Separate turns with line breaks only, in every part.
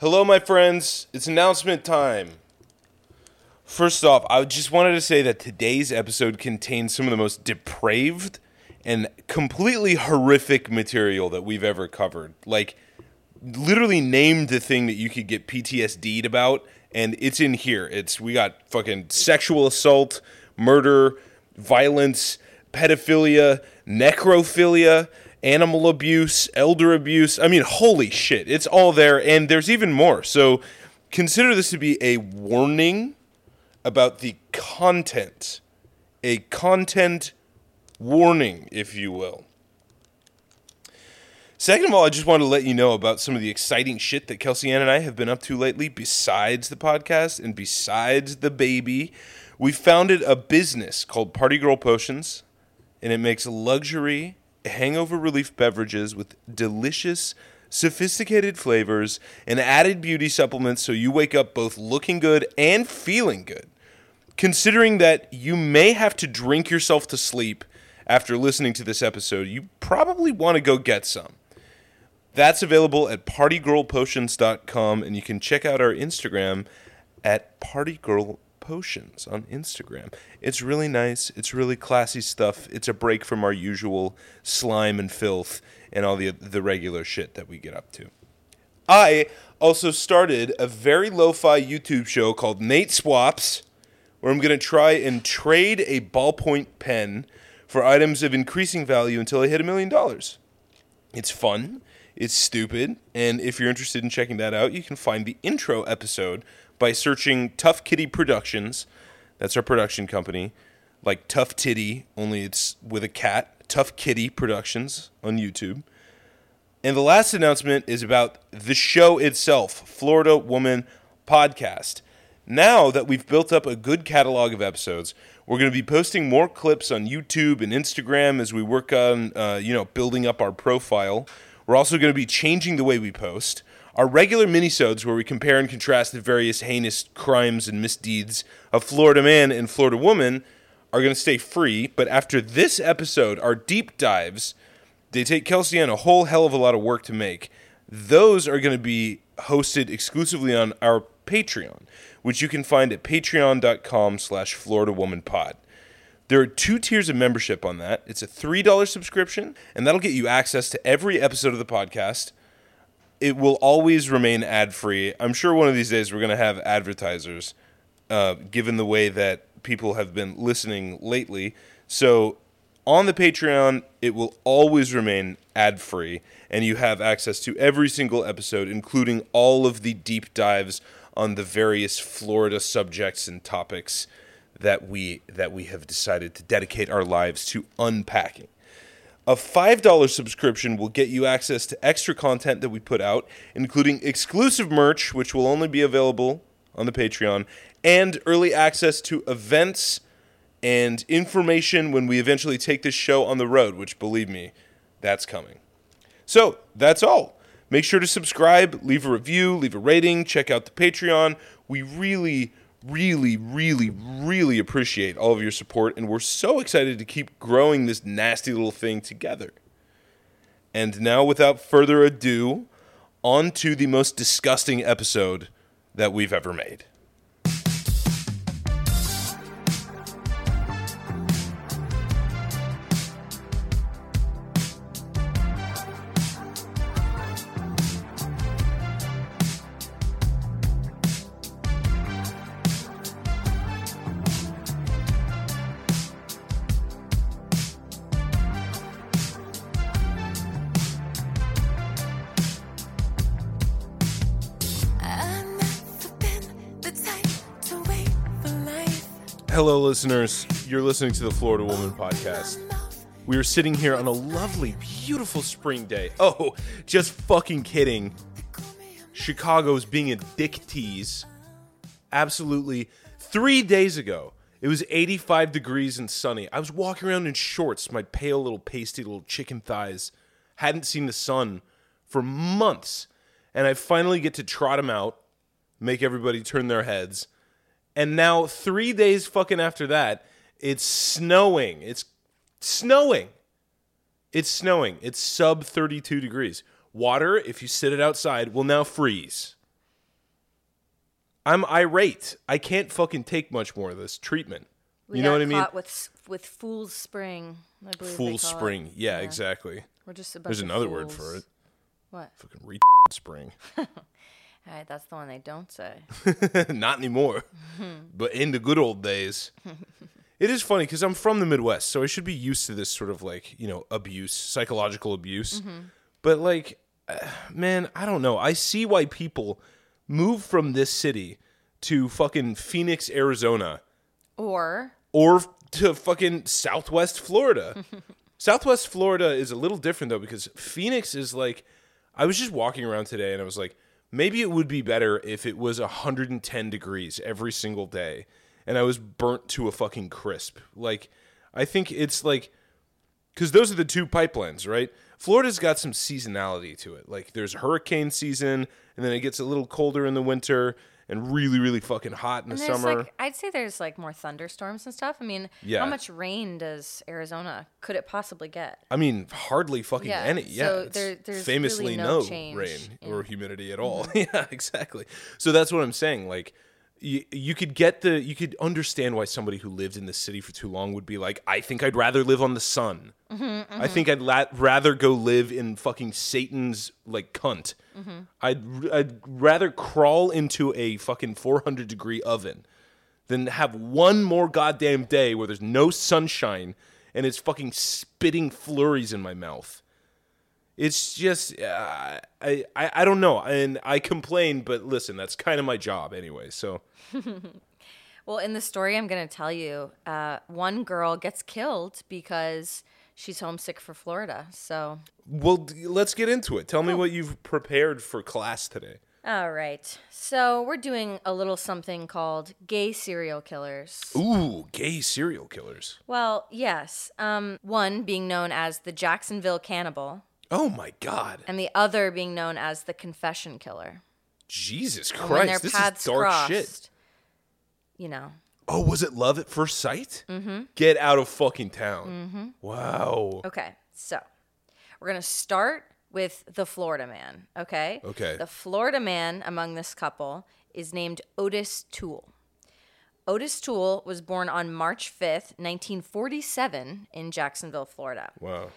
Hello, my friends. It's announcement time. First off, I just wanted to say that today's episode contains some of the most depraved and completely horrific material that we've ever covered. Like, literally named the thing that you could get PTSD'd about, and it's in here. It's we got fucking sexual assault, murder, violence, pedophilia, necrophilia, animal abuse, elder abuse. I mean, holy shit, it's all there, and there's even more. So consider this to be a warning about the content, a content warning, if you will. Second of all, I just want to let you know about some of the exciting shit that Kelsey Ann and I have been up to lately besides the podcast and besides the baby. We founded a business called Party Girl Potions, and it makes luxury hangover relief beverages with delicious, sophisticated flavors and added beauty supplements so you wake up both looking good and feeling good considering that you may have to drink yourself to sleep after listening to this episode, you probably want to go get some. That's available at partygirlpotions.com, and you can check out our Instagram at partygirlpotions on Instagram. It's really nice. It's really classy stuff. It's a break from our usual slime and filth and all the the regular shit that we get up to. I also started a very lo-fi YouTube show called Nate Swaps, where I'm going to try and trade a ballpoint pen for items of increasing value until I hit a million dollars. It's fun, it's stupid, and if you're interested in checking that out, you can find the intro episode by searching Tough Kitty Productions. That's our production company, like Tough Titty, only it's with a cat. Tough Kitty Productions on YouTube. And the last announcement is about the show itself, Florida Woman Podcast. Now that we've built up a good catalog of episodes, we're going to be posting more clips on YouTube and Instagram as we work on, uh, you know, building up our profile. We're also going to be changing the way we post. Our regular minisodes, where we compare and contrast the various heinous crimes and misdeeds of Florida man and Florida woman, are going to stay free. But after this episode, our deep dives they take Kelsey on a whole hell of a lot of work to make. Those are going to be hosted exclusively on our Patreon, which you can find at patreon.com slash Florida Woman Pod. There are two tiers of membership on that. It's a $3 subscription, and that'll get you access to every episode of the podcast. It will always remain ad free. I'm sure one of these days we're going to have advertisers, uh, given the way that people have been listening lately. So on the Patreon, it will always remain ad free, and you have access to every single episode, including all of the deep dives on the various Florida subjects and topics that we that we have decided to dedicate our lives to unpacking. A $5 subscription will get you access to extra content that we put out, including exclusive merch, which will only be available on the Patreon, and early access to events and information when we eventually take this show on the road, which, believe me, that's coming. So that's all. Make sure to subscribe, leave a review, leave a rating, check out the Patreon. We really, really, really, really appreciate all of your support, and we're so excited to keep growing this nasty little thing together. And now, without further ado, on to the most disgusting episode that we've ever made.
I've never been the type to wait for life.
Hello, listeners. You're listening to the Florida Woman Podcast. We are sitting here on a lovely, beautiful spring day. Oh, just fucking kidding. Chicago's being a dick tease. Absolutely. Three days ago, it was 85 degrees and sunny. I was walking around in shorts, my pale little pasty little chicken thighs. Hadn't seen the sun for months. And I finally get to trot them out, make everybody turn their heads. And now, three days fucking after that, it's snowing. It's snowing. It's snowing. It's sub 32 degrees. Water, if you sit it outside, will now freeze. I'm irate. I can't fucking take much more of this treatment.
We
you know
got
what I mean?
Caught with s- with Fool's Spring, I believe. they
Fool
call it.
spring. Yeah, exactly.
We're just a bunch
There's
of
another word for
fools.
it.
What?
Fucking re spring.
All right, that's the one they don't say.
Not anymore. but in the good old days. It is funny because I'm from the Midwest, so I should be used to this sort of like, you know, abuse, psychological abuse. But like, uh, man, I don't know. I see why people move from this city to fucking Phoenix, Arizona
Or
or to fucking Southwest Florida. Southwest Florida is a little different though because Phoenix is like I was just walking around today and I was like maybe it would be better if it was 110 degrees every single day and I was burnt to a fucking crisp. Like I think it's like cuz those are the two pipelines, right? Florida's got some seasonality to it. Like there's hurricane season and then it gets a little colder in the winter and really really fucking hot in the
and there's
summer.
like I'd say there's like more thunderstorms and stuff. I mean,
Yeah.
how much rain does Arizona could it possibly get?
I mean, hardly fucking
Yeah,
any. Yeah,
so
it's
there- there's
famously
really no
no
change
rain
in- Mm-hmm.
or humidity at all. yeah, exactly. So that's what I'm saying. Like, you, you could get the, you could understand why somebody who lived in the city for too long would be like, I think I'd rather live on the sun.
Mm-hmm,
I think I'd la- rather go live in fucking Satan's like cunt.
Mm-hmm.
I'd r- I'd rather crawl into a fucking 400 degree oven than have one more goddamn day where there's no sunshine and it's fucking spitting flurries in my mouth. It's just uh, I, I I don't know, and I complain, but listen, that's kind of my job anyway. So
Well, in the story I'm going to tell you, uh, one girl gets killed because she's homesick for Florida. So,
well, d- let's get into it. Tell me what you've prepared for class today.
all right. So, we're doing a little something called gay serial killers.
Ooh, gay serial killers.
Well, yes. Um, one being known as the Jacksonville Cannibal,
Oh my God,
and the other being known as the Confession Killer.
Jesus
And when their
Christ, this is dark
paths crossed,
shit.
You know,
Oh, was it love at first sight? Mm-hmm. Get out of fucking town. Wow.
Okay, so we're gonna start with the Florida man. Okay.
Okay.
The Florida man among this couple is named Otis Toole. Otis Toole was born on March 5th, 1947, in Jacksonville, Florida.
Wow.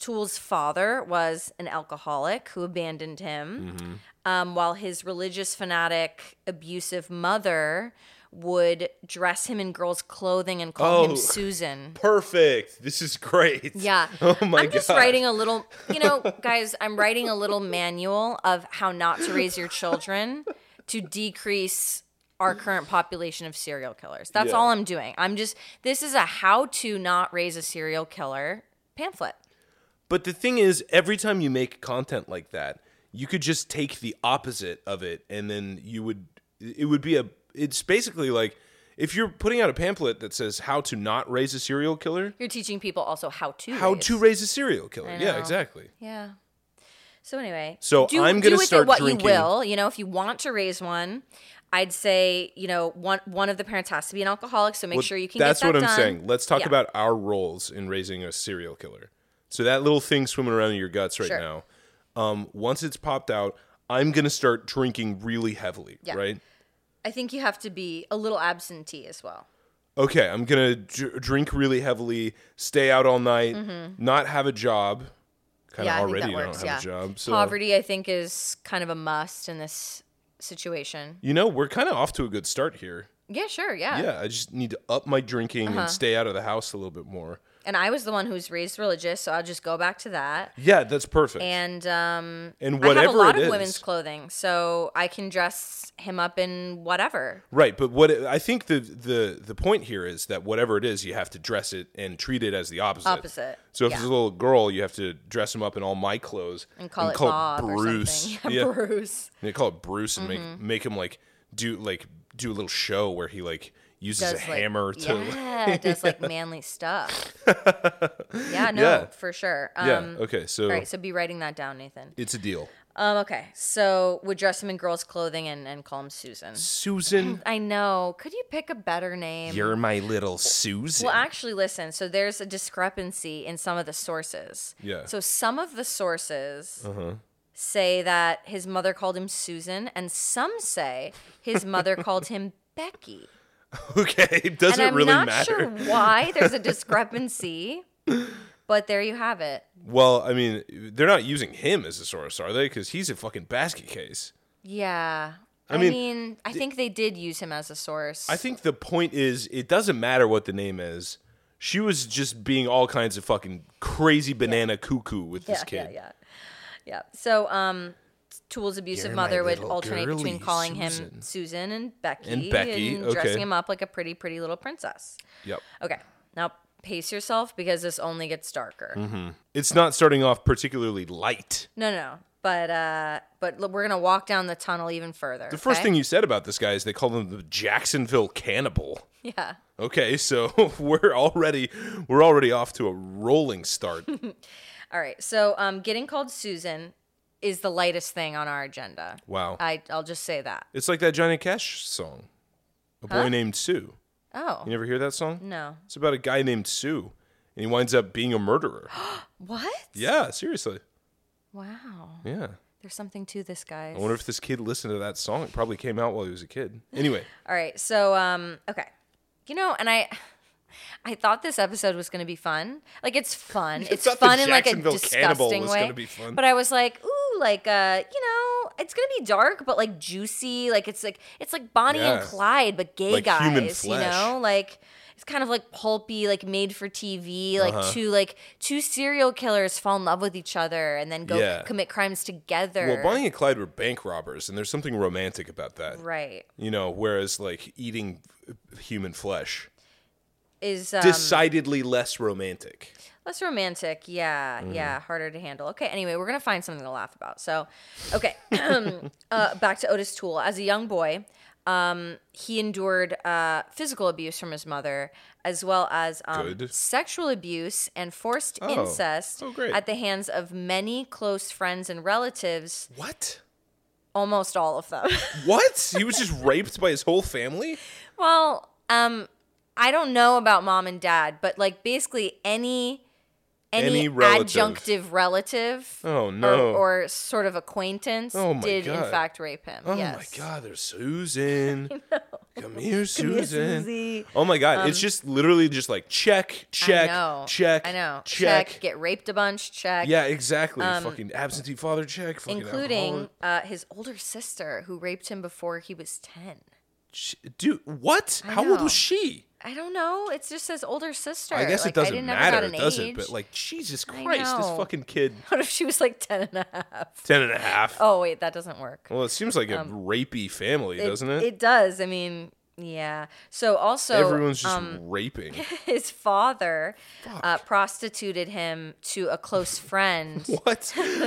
Toole's father was an alcoholic who abandoned him,
Mm-hmm.
um, while his religious fanatic, abusive mother would dress him in girls' clothing and call
Oh.
him Susan.
Perfect. This is great.
Yeah.
Oh my
I'm just
God.
writing a little, you know, guys, I'm writing a little manual of how not to raise your children to decrease our current population of serial killers. That's
Yeah.
all I'm doing. I'm just this is a how to not raise a serial killer pamphlet.
But the thing is, every time you make content like that, you could just take the opposite of it, and then you would. It would be a. It's basically like if you're putting out a pamphlet that says how to not raise a serial killer,
You're teaching people also how to
how to raise a serial killer. Yeah,
know.
exactly.
Yeah. So anyway,
So
do,
I'm
do
gonna
with it
start
what
drinking-
you will. You know, if you want to raise one, I'd say you know one one of the parents has to be an alcoholic. So make
Well,
sure you can.
that's
get that
what I'm
done.
saying. Let's talk
Yeah.
about our roles in raising a serial killer. So that little thing swimming around in your guts right
Sure.
now. Um, once it's popped out, I'm gonna start drinking really heavily.
Yeah.
Right.
I think you have to be a little absentee as well.
okay, I'm gonna dr- drink really heavily, stay out all night,
Mm-hmm.
not have a job. Kind of already don't have a job. So
Poverty, I think, is kind of a must in this situation.
you know, we're kind of off to a good start here.
Yeah, sure, yeah.
Yeah, I just need to up my drinking
Uh-huh.
and stay out of the house a little bit more.
And I was the one who was raised religious, so I'll just go back to that.
Yeah, that's perfect.
And um,
And
I have a
whatever
lot
it
of
is.
women's clothing, so I can dress him up in whatever.
right, but what it, I think the the the point here is that whatever it is, you have to dress it and treat it as the opposite.
Opposite,
So if
yeah.
it's a little girl, you have to dress him up in all my clothes
And call it Bob or something.
Yeah.
Bruce.
They call it Bruce and make
Mm-hmm.
make him like do like do a little show where he like uses a
Does, like-
hammer to
Yeah, does like manly stuff. yeah, no,
Yeah.
for sure. Um,
yeah okay so
All right, so be writing that down, Nathan.
it's a deal
Um, okay, so would dress him in girls' clothing and, and call him Susan.
Susan
I know. Could you pick a better name?
you're my little Susan
well, actually, listen. So there's a discrepancy in some of the sources.
Yeah. Uh-huh.
So some of the sources say that his mother called him Susan, and some say his mother called him Becky.
Okay, does
And
it
I'm
really
not
matter?
sure why there's a discrepancy, but there you have it.
Well, I mean, they're not using him as a source, are they? Because he's a fucking basket case.
Yeah.
I
I,
mean,
mean, I think they did use him as a source.
I think the point is, it doesn't matter what the name is. She was just being all kinds of fucking crazy banana cuckoo with
yeah,
this kid.
yeah, yeah. Yeah. So, um, Tool's abusive
You're my
mother would
little
alternate
girly,
between calling
Susan.
him Susan and Becky
And Becky,
and
okay.
dressing him up like a pretty, pretty little princess.
Yep.
Okay. Now pace yourself because this only gets darker.
Mm-hmm. It's not starting off particularly light.
No, no. But uh but look, we're going to walk down the tunnel even further.
The first
okay?
thing you said about this guy is they call him the Jacksonville Cannibal.
Yeah.
Okay, so we're already we're already off to a rolling start.
All right. So, um getting called Susan is the lightest thing on our agenda.
Wow.
I I'll just say that.
it's like that Johnny Cash song, A Boy Named Sue.
Oh.
You never hear that song?
no.
It's about a guy named Sue, and he winds up being a murderer.
What?
yeah, seriously.
Wow.
Yeah.
There's something to this, guys.
I wonder if this kid listened to that song. It probably came out while he was a kid. Anyway,
All right. So, um, okay. You know, and I I thought this episode was going to be fun. Like it's fun. it's
thought the
fun in like a
Jacksonville Cannibal
disgusting
was
way.
gonna be fun.
But I was like, ooh, like uh, you know, it's going to be dark but like juicy. Like it's like it's like Bonnie
Yeah.
and Clyde but gay
Like
guys,
human
you
flesh.
know? Like it's kind of like pulpy, like made for TV, like
Uh-huh.
two like two serial killers fall in love with each other and then go
Yeah.
commit crimes together.
well, Bonnie and Clyde were bank robbers, and there's something romantic about that.
right.
You know, whereas like eating human flesh,
Is um,
decidedly less romantic.
Less romantic, yeah,
Mm.
yeah, harder to handle. Okay, anyway, we're gonna find something to laugh about. So, okay, uh, back to Otis Toole. As a young boy, um, he endured uh, physical abuse from his mother, as well as um,
Good.
sexual abuse and forced
Oh.
incest
Oh, great.
at the hands of many close friends and relatives,
What?
almost all of them.
What? he was just raped by his whole family?
Well, um, I don't know about mom and dad, but like basically any any,
Any relative.
adjunctive relative
Oh, no.
or, or sort of acquaintance
Oh, my
did
God.
in fact rape him.
Oh
yes.
my god, there's Susan. Come here,
here,
Susan.
Susie. Um,
oh my god, it's just literally just like check, check,
I know.
check.
I know.
Check.
Get raped a bunch. Check.
yeah, exactly. fucking absentee father check. Fucking
Including
alcoholic.
uh, his older sister who raped him before he was 10.
Sh- dude, what? How old
know.
was she?
I don't know. It's just his older sister.
I guess
Like,
it doesn't
didn't ever got
matter,
an
does it?
age.
But like, Jesus Christ, this
know.
fucking kid,
what if she was like 10 and a half?
ten and a half.
Oh, wait, that doesn't work.
Well, it seems like a rapey family, doesn't it?
It does. I mean, yeah. So also,
Everyone's just
um,
raping.
his father uh, prostituted him to a close friend.
What?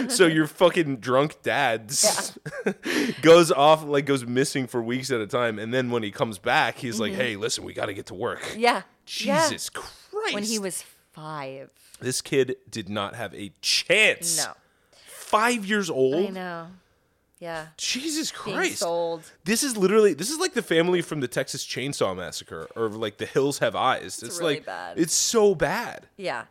so your fucking drunk dad goes off like goes missing for weeks at a time, and then when he comes back, he's like, "Hey, listen, we got to get to work."
yeah. Mm-hmm. yeah.
Jesus Christ!
When he was five.
this kid did not have a chance.
No.
five years old.
I know. Yeah.
Jesus
Being
Christ!
sold.
This is literally this is like the family from the Texas Chainsaw Massacre or like The Hills Have Eyes. It's,
really
like
bad.
it's so bad.
Yeah.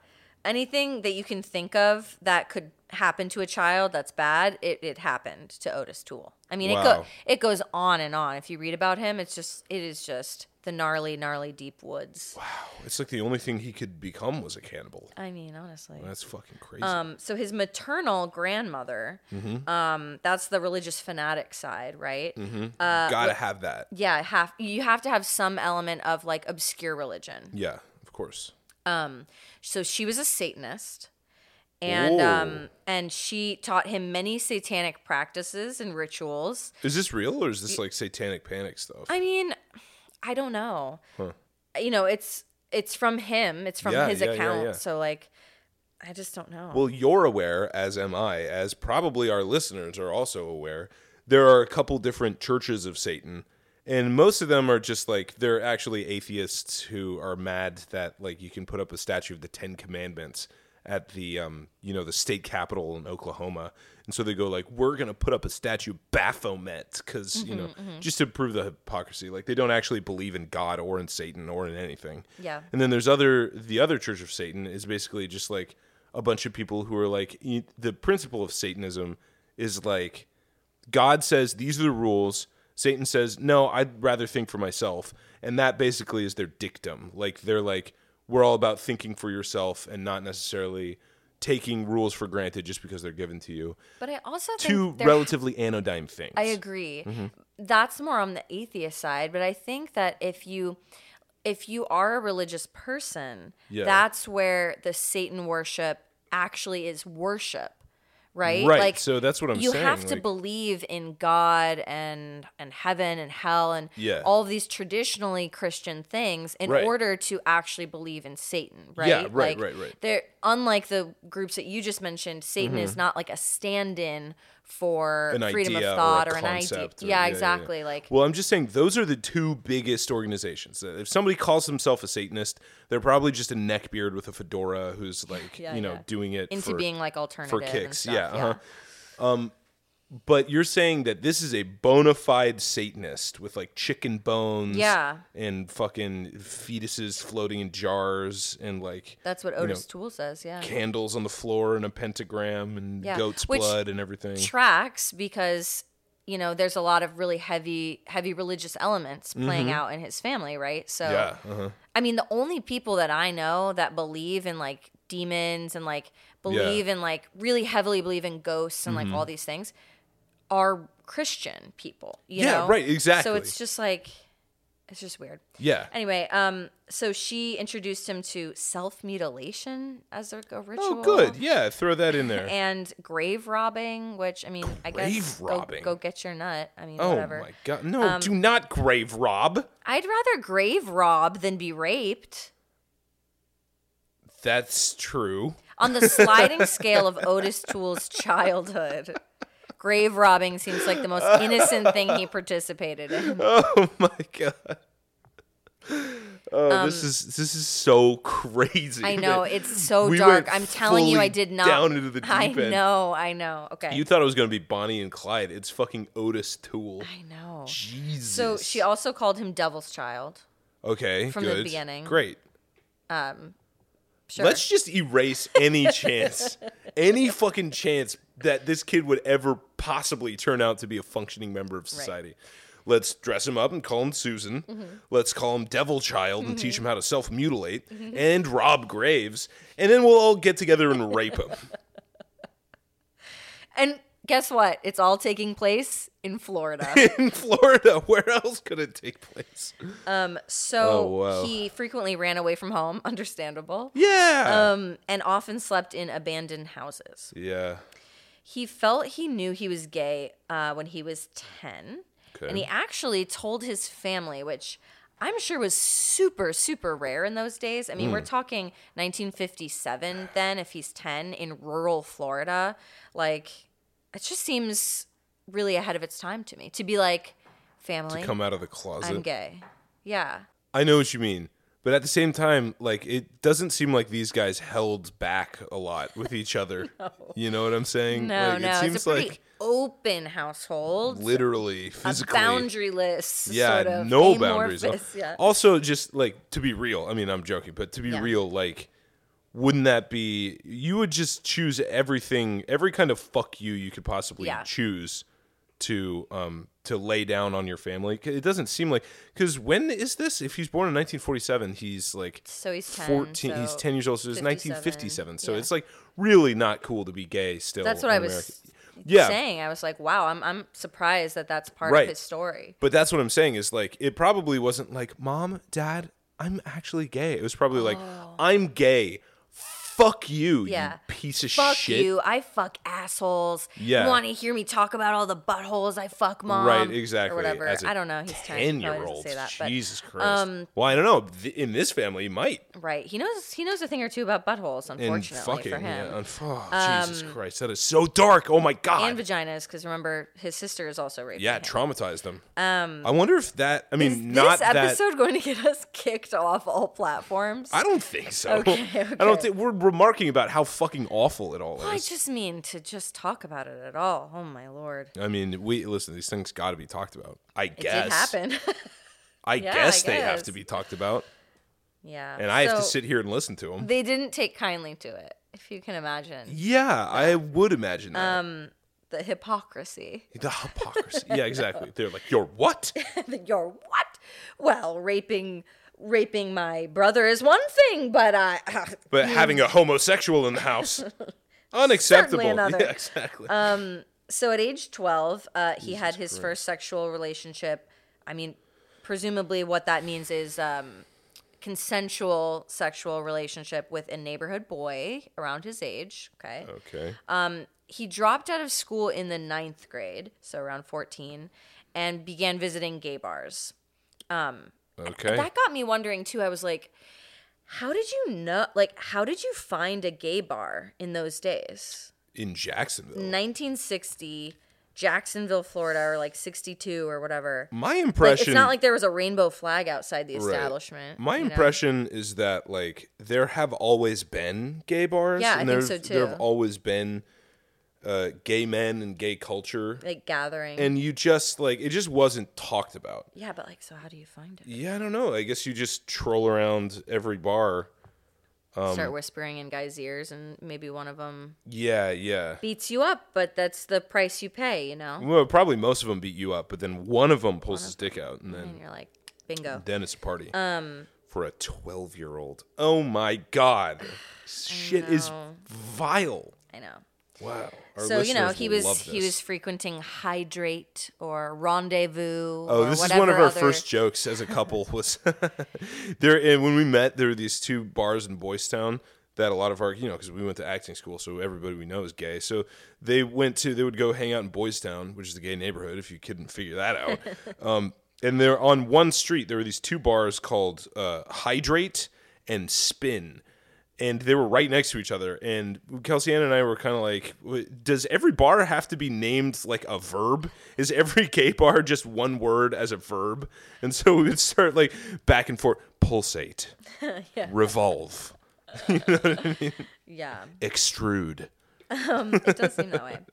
Anything that you can think of that could happen to a child that's bad, it, it happened to Otis Toole. I mean, it
Wow.
go, it goes on and on. If you read about him, it's just it is just the gnarly, gnarly deep woods.
It's like the only thing he could become was a cannibal.
I mean, honestly.
That's fucking crazy.
Um, so his maternal grandmother,
Mm-hmm.
um, that's the religious fanatic side, right? Uh,
Gotta have that.
Yeah, have you have to have some element of like obscure religion.
Yeah, of course.
So she was a Satanist, and um, and she taught him many satanic practices and rituals.
Is this real or is this like satanic panic stuff?
I mean, I don't know. You know, it's it's from him. It's from
Yeah,
his
yeah, yeah,
account.
yeah.
So like, I just don't know.
well, you're aware, as am I, as probably our listeners are also aware, there are a couple different churches of Satan, and most of them are just like they're actually atheists who are mad that like you can put up a statue of the Ten Commandments at the um you know the state capitol in Oklahoma, and so they go like we're gonna put up a statue of Baphomet because you know just to prove the hypocrisy, like they don't actually believe in God or in Satan or in anything.
Yeah.
And then there's other the other Church of Satan is basically just like a bunch of people who are like e- the principle of Satanism is like God says these are the rules. Satan says, "No, I'd rather think for myself." And that basically is their dictum. Like they're like we're all about thinking for yourself and not necessarily taking rules for granted just because they're given to you.
But I also think
Two
there
relatively anodyne things.
I agree.
Mm-hmm.
That's more on the atheist side, but I think that if you if you are a religious person,
Yeah.
that's where the Satan worship actually is worship, right?
Right, so that's what I'm
you
saying,
have to
like-
believe in God and and heaven and hell and
Yeah.
all of these traditionally Christian things in
Right.
order to actually believe in Satan, right?
Yeah, right, right,
like,
right. Mm-hmm.
They're unlike the groups that you just mentioned. Satan is not like a stand-in for
an
freedom
idea
of thought
or,
or,
a
an idea.
concept or-
Yeah, exactly. Like
well, I'm just saying those are the two biggest organizations. Uh, If somebody calls himself a Satanist, they're probably just a neckbeard with a fedora who's like
Yeah,
you know
yeah.
doing it
into
for,
being like
for
alternative and
kicks.
stuff,
yeah. Uh-huh. Um, but you're saying that this is a bona fide Satanist with like chicken bones,
Yeah.
and fucking fetuses floating in jars and like
That's what
you know,
Otis Toole says. Yeah.
Candles on the floor and a pentagram and
Yeah,
goat's
which
blood and everything.
tracks because you know there's a lot of really heavy heavy religious elements playing out in his family right so
Mm-hmm. yeah, uh-huh.
i mean the only people that i know that believe in like demons and like believe in like really heavily believe in ghosts and
Mm-hmm.
like all these things are christian people you
Yeah,
know
right,
so
exactly.
it's just like it's just weird
yeah.
anyway um so she introduced him to self-mutilation as a, a ritual
Oh, good. Yeah, throw that in there.
and grave robbing, which I mean, I guess
Grave
go-
robbing?
Go, get your nut. I mean,
Oh
whatever. Um,
my god! No, do not grave rob.
I'd rather grave rob than be raped.
That's true.
On the sliding scale of Otis Toole's childhood, grave robbing seems like the most innocent thing he participated in.
Oh my god. Oh, this is this is so crazy.
Um, I know
man.
it's so
We
dark.
went
I'm telling you, I
fully
did not.
down into the
I
deep end.
know. I know. Okay.
You thought it was gonna be Bonnie and Clyde. It's fucking Otis Tool.
I know.
Jesus.
So she also called him Devil's Child.
okay
from the
good.
beginning.
Great.
Sure.
Let's just erase any chance, any fucking chance that this kid would ever possibly turn out to be a functioning member of society. Let's dress him up and call him Susan.
Mm-hmm.
Let's call him Devil Child and teach him how to self mutilate
Mm-hmm.
and rob graves. And then we'll all get together and rape him.
and guess what? It's all taking place in Florida.
In Florida, where else could it take place?
So
Oh, wow.
he frequently ran away from home, understandable,
Yeah.
um, and often slept in abandoned houses.
yeah.
He felt he knew he was gay uh, when he was 10, and
Okay.
he actually told his family, which I'm sure was super, super rare in those days. I mean, we're
Hmm.
talking 1957 then, if he's 10 in rural Florida. Like, it just seems really ahead of its time to me to be like, family,
Come out of the closet.
Um, I'm gay. Yeah.
I know what you mean. But at the same time, like it doesn't seem like these guys held back a lot with each other. You know what I'm saying?
No,
like,
no,
It seems
it's a pretty
like
open household,
literally,
a
physically.
boundaryless,
yeah,
sort of
no boundaries. Oh,
amorphous, yeah.
Also, just like to be real, I mean, I'm joking, but to be
Yeah.
real, like, wouldn't that be? You would just choose everything, every kind of fuck you you could possibly
Yeah.
choose to um to lay down on your family. 'Cause It doesn't seem like because when is this? If he's born in 1947, he's like
So he's 10,
14 he's
so
10 years old so it's
57,
1957 so
yeah.
it's like really not cool to be gay still
That's what
in
I was
America. yeah
saying. I was like, wow, I'm I'm surprised that that's part
Right.
of his story.
but that's what i'm saying is like it probably wasn't like mom dad i'm actually gay it was probably like i'm gay fuck you
Oh. Yeah.
you piece of
Fuck
shit
you! I fuck assholes.
Yeah.
You want to hear me talk about all the buttholes I fuck, mom?
Right, exactly.
Or whatever.
As a
I don't know. He's ten. Probably
Ten-year-old.
doesn't say that. um,
Jesus Christ. well, I don't know. Th- In this family, he might.
But right, he knows he knows a thing or two about buttholes.
And
Unfortunately
fucking,
for him, Um,
yeah. And- oh, Jesus Christ, that is so dark. Oh my God.
and vaginas, because remember his sister is also raping
yeah,
him.
traumatized them. Um, I wonder if that. I mean,
Is
not
this
that.
episode going to get us kicked off all platforms?
I don't think so.
Okay,
I don't
okay.
think we're remarking about how fucking awful it all is.
I just mean to just talk about it at all. Oh my lord.
I mean, we listen. These things got to be talked about. I
It
guess.
did happen.
I
Yeah, I
guess they have
guess.
to be talked about,
yeah.
and I have to
So,
sit here and listen to them.
They didn't take kindly to it, if you can imagine. Um,
yeah, I would imagine that.
the hypocrisy.
The hypocrisy. yeah, exactly. They're like, you're what?
that you're what? Well, raping raping my brother is one thing, but I
But having a homosexual in the house. Unacceptable.
another. Uh,
Yeah, exactly.
so at age 12, uh, he had his first sexual relationship. I mean, presumably what that means is um, consensual sexual relationship with a neighborhood boy around his age, okay?
okay.
uh, he dropped out of school in the ninth grade, so around 14, and began visiting gay bars.
okay.
That got me wondering too. I was like, how did you know? Like, how did you find a gay bar in those days?
in Jacksonville.
1960, Jacksonville, Florida, or like 62 or whatever.
My
Like,
impression
it's not like there was a rainbow flag outside the
Right.
establishment.
My
you know?
impression is that like there have always been gay bars.
Yeah,
and
I think
there's-
so, too.
There have always been uh, gay men and gay culture,
like gathering.
and you just like it just wasn't talked about.
yeah, but like, so how do you find it?
Yeah, I don't know. I guess you just troll around every bar. Um,
Start whispering in guys' ears, and maybe one of them
Yeah, yeah.
beats you up, but that's the price you pay, you know?
Well, probably most of them beat you up, but then one of them pulls his dick out, and then
And you're like, bingo.
then it's a party. Um. For a twelve-year-old. Oh my God, shit is vile.
I know.
Wow. Our
so you know
listeners
he
will love
was he
this.
was frequenting hydrate or rendezvous.
Oh,
or
this is
whatever
one of our
other-
first jokes as a couple was there. And when we met, there were these two bars in Boys Town that a lot of our, you know, because we went to acting school, so everybody we know is gay. So they went to, they would go hang out in Boys Town, which is the gay neighborhood, if you couldn't figure that out. um, and they're on one street. There were these two bars called uh, Hydrate and Spin and they were right next to each other. And Kelsey Ann and I were kind of like, "W- does every bar have to be named like a verb? Is every gay bar just one word as a verb? And so we would start like back and forth pulsate, revolve,
Yeah,
extrude.
it does seem that way.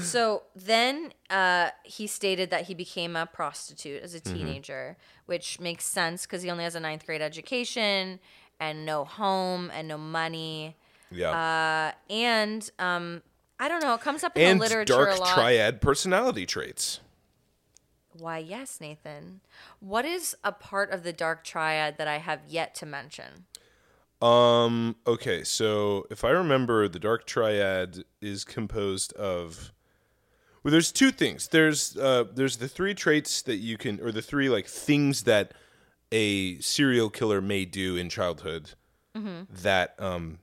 So then uh, he stated that he became a prostitute as a
Mm-hmm.
teenager, which makes sense because he only has a ninth grade education and no home and no money.
Yeah.
Uh, and um, I don't know, it comes up in
and
the literature
dark
a lot.
triad personality traits.
Why, yes, Nathan. What is a part of the dark triad that I have yet to mention?
Um. Okay. So if I remember, the Dark Triad is composed of. Well, there's two things. There's uh, there's the three traits that you can, or the three like things that a serial killer may do in childhood.
Mm-hmm.
That um,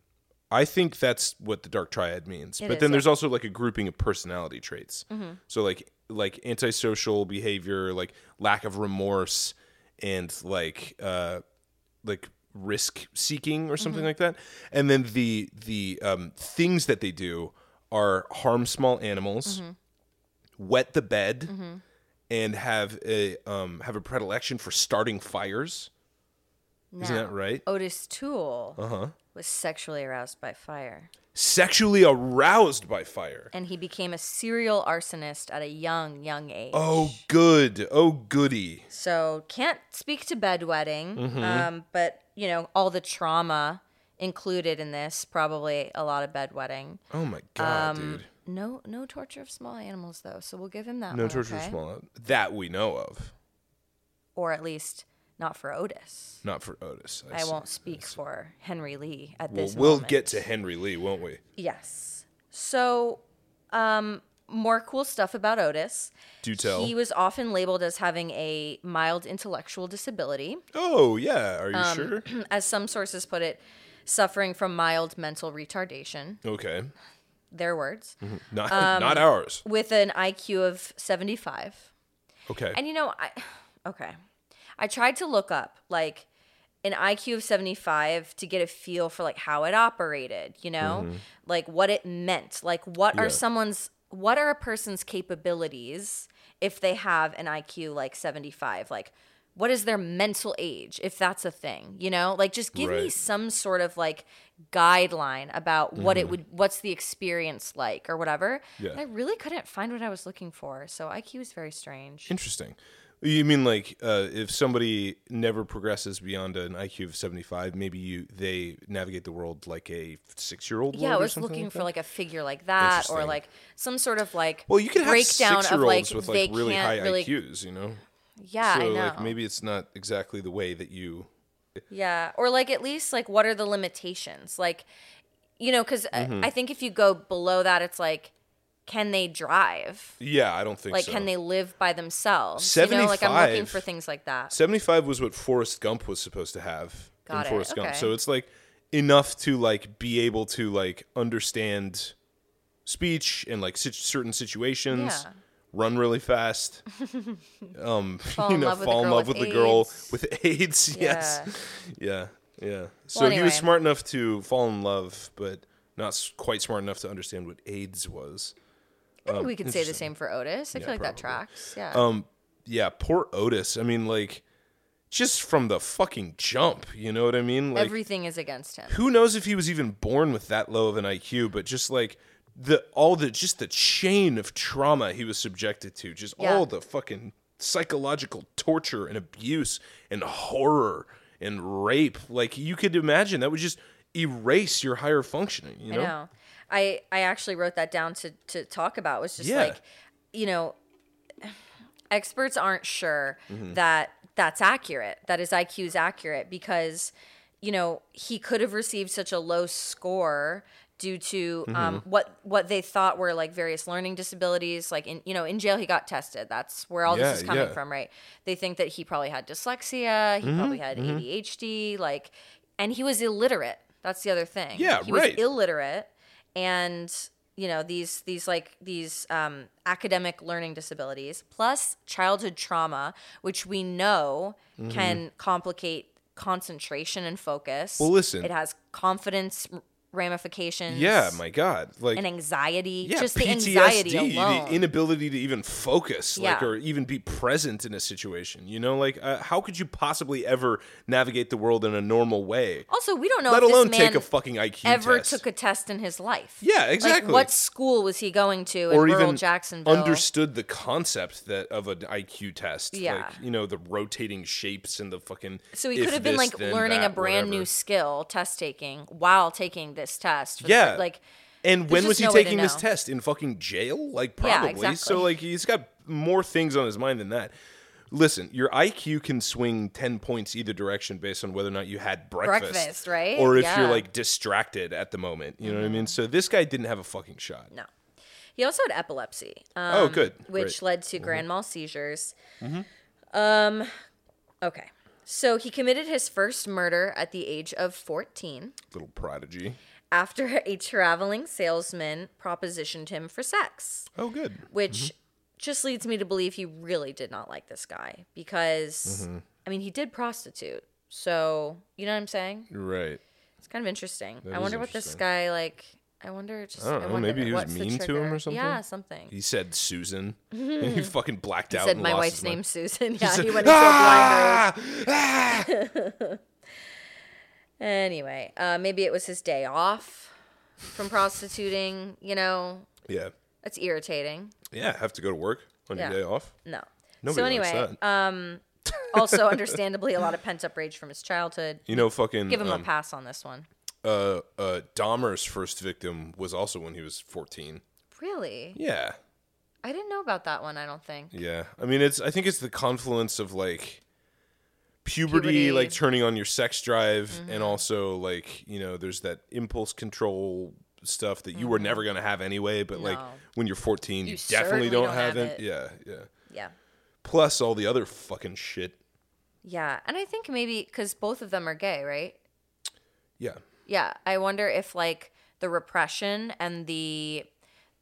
I think that's what the Dark Triad means. but
is,
then
yeah. Mm-hmm.
there's also like a grouping of personality traits. So like like antisocial behavior, like lack of remorse, and like uh, like risk seeking or
Mm-hmm.
something like that. And then the the um, things that they do are harm small
Mm-hmm.
animals, wet the bed, and have a um, have a predilection for starting fires. Isn't
No.
that right? Uh-huh.
Otis Toole was sexually aroused by fire,
Sexually aroused by fire.
and he became a serial arsonist at a young, young age.
Oh good. Oh goody.
So can't speak to bedwetting,
Mm-hmm.
um, but you know all the trauma included in this. Probably a lot of bedwetting.
Oh my god,
Um,
dude.
No, no torture of small animals though. So we'll give him that.
No
one,
torture of
uh, okay?
small that we know of.
or at least not for Otis.
Not for Otis.
I
see.
won't speak for Henry Lee at
Well,
this.
we'll
moment.
get to Henry Lee, won't we?
Yes. So, um, more cool stuff about Otis.
Do tell.
He was often labeled as having a mild intellectual disability, Mm,
Oh yeah, are you
Um,
sure?
as some sources put it, suffering from mild mental retardation.
Okay,
Their words,
not
Um,
not ours.
with an IQ of 75.
Okay,
And you know, I okay. I tried to look up like an IQ of 75 to get a feel for like how it operated, you know? Like what it meant. Like what
Mm-hmm. Yeah.
are someone's what are a person's capabilities if they have an IQ like 75? Like what is their mental age if that's a thing, you know? Like just give me
Right.
some sort of like guideline about what it would what's the experience like or whatever.
Mm-hmm. Yeah.
And I really couldn't find what I was looking for. So IQ is very strange.
interesting. You mean like uh, if somebody never progresses beyond an IQ of seventy five, maybe you they navigate the world like a six year old.
Yeah, I was looking for like a figure like that, or
Interesting.
like some sort of like
well, you can have
breakdown
six
of
year
like
olds with
they
like really
can't
high
really.
IQs, you know.
Yeah,
so
I know.
like maybe it's not exactly the way that you.
Yeah, or like at least like what are the limitations? Like, you know, because
Mm-hmm.
I think if you go below that, it's like, can they drive?
Yeah, I don't think
Like,
so.
can they live by themselves? You know, like I'm looking
75.
for things like that.
75 was what Forrest Gump was supposed to have
Got
in
it,
Forrest Gump.
okay.
So it's like enough to like be able to like understand speech and like sit- certain situations,
Yeah.
run really fast, um,
Fall
you
in
know,
love with a
fall in
girl
love
with
with the girl
AIDS.
with AIDS. Yes, yeah, yeah. So he
anyway.
was smart enough to fall in love, but not s- quite smart enough to understand what AIDS was. Um,
I think we could say the same for Otis. I feel like that tracks. Yeah.
Yeah, poor Otis. I mean, like. Just from the fucking jump, you know what I mean? Like
Everything is against him.
who knows if he was even born with that low of an IQ, but just like the all the just the chain of trauma he was subjected to, just
Yeah.
all the fucking psychological torture and abuse and horror and rape. Like you could imagine that would just erase your higher functioning, you know?
I know. I I actually wrote that down to to talk about. Was just
Yeah.
like, you know, experts aren't sure
Mm-hmm.
that that's accurate. That his IQ is accurate because, you know, he could have received such a low score due to um,
Mm-hmm.
what what they thought were like various learning disabilities. Like in you know in jail he got tested. That's where all
Yeah,
this is coming
yeah. Mm-hmm,
from, right? They think that he probably had dyslexia. He probably had ADHD. Like, and he was illiterate. That's the other thing.
Yeah,
he
right.
Was illiterate, and you know these these like these um, academic learning disabilities plus childhood trauma, which we know
Mm-hmm.
can complicate concentration and focus.
Well, listen.
it has confidence r- ramifications.
Yeah, my God. Like
and anxiety.
yeah,
just
PTSD,
the anxiety alone.
the inability to even focus, like,
Yeah.
or even be present in a situation. You know, like, uh, how could you possibly ever navigate the world in a normal way?
also, we don't know
let
if
alone
this man
take a fucking IQ
ever
test.
took a test in his life.
Yeah,
Like,
exactly.
what school was he going to in
or
rural
even
Jacksonville?
understood the concept that of an IQ test.
Yeah.
like, you know the rotating shapes and the fucking.
So he
if
could have been
this,
like
then
learning a
that,
brand
whatever.
new skill, test taking, while taking this test. for the
Yeah,
fir- like
And when
just
was he
no way to
taking this
know.
test in fucking jail? Like
Yeah,
probably. So
exactly.
like he's got more things on his mind than that. Listen, your IQ can swing ten points either direction based on whether or not you had breakfast,
Breakfast, right?
Or if
Yeah. Mm-hmm.
you're like distracted at the moment. You know what I mean? So this guy didn't have a fucking shot.
no. He also had epilepsy. Um,
oh, good.
which
Great.
led to grand mal seizures.
Mm-hmm.
Um, okay. So he committed his first murder at the age of 14
little prodigy.
after a traveling salesman propositioned him for sex.
Oh, good.
which just leads me to believe he really did not like this guy because
Mm-hmm.
I mean he did prostitute. So, you know what I'm saying?
You're right.
It's kind of interesting. I
is
wonder what this guy like I wonder just
I don't know,
wonder
maybe he was
what's the
mean to him
trigger.
or something?
Yeah, something.
He said Susan. he fucking blacked out.
Mm-hmm. said
and
my
lost
wife's
his mind.
name Susan. Yeah, he went into a blind
Ah! Ah!
rage. Anyway, uh, maybe it was his day off from prostituting, you know.
yeah,
That's irritating.
yeah. Have to go to work on
Yeah.
your day off.
No.
Nobody
so
likes
anyway,
that.
um also understandably a lot of pent up rage from his childhood.
You know, fucking.
Give him
um,
a pass on this one.
uh, uh, Dahmer's first victim was also when he was 14.
Really?
Yeah,
I didn't know about that one, I don't think.
yeah. I mean, it's. I think it's the confluence of like puberty,
Puberty. Mm-hmm.
like turning on your sex drive, and also like you know, there's that impulse control stuff that you were never gonna have anyway. But like
Mm-hmm. No.
when you're 14, you,
You
definitely
certainly
don't,
don't
have, it.
have it.
Yeah, yeah.
Yeah.
Plus all the other fucking shit.
Yeah. And I think maybe because both of them are gay, right?
Yeah.
Yeah. I wonder if like the repression and the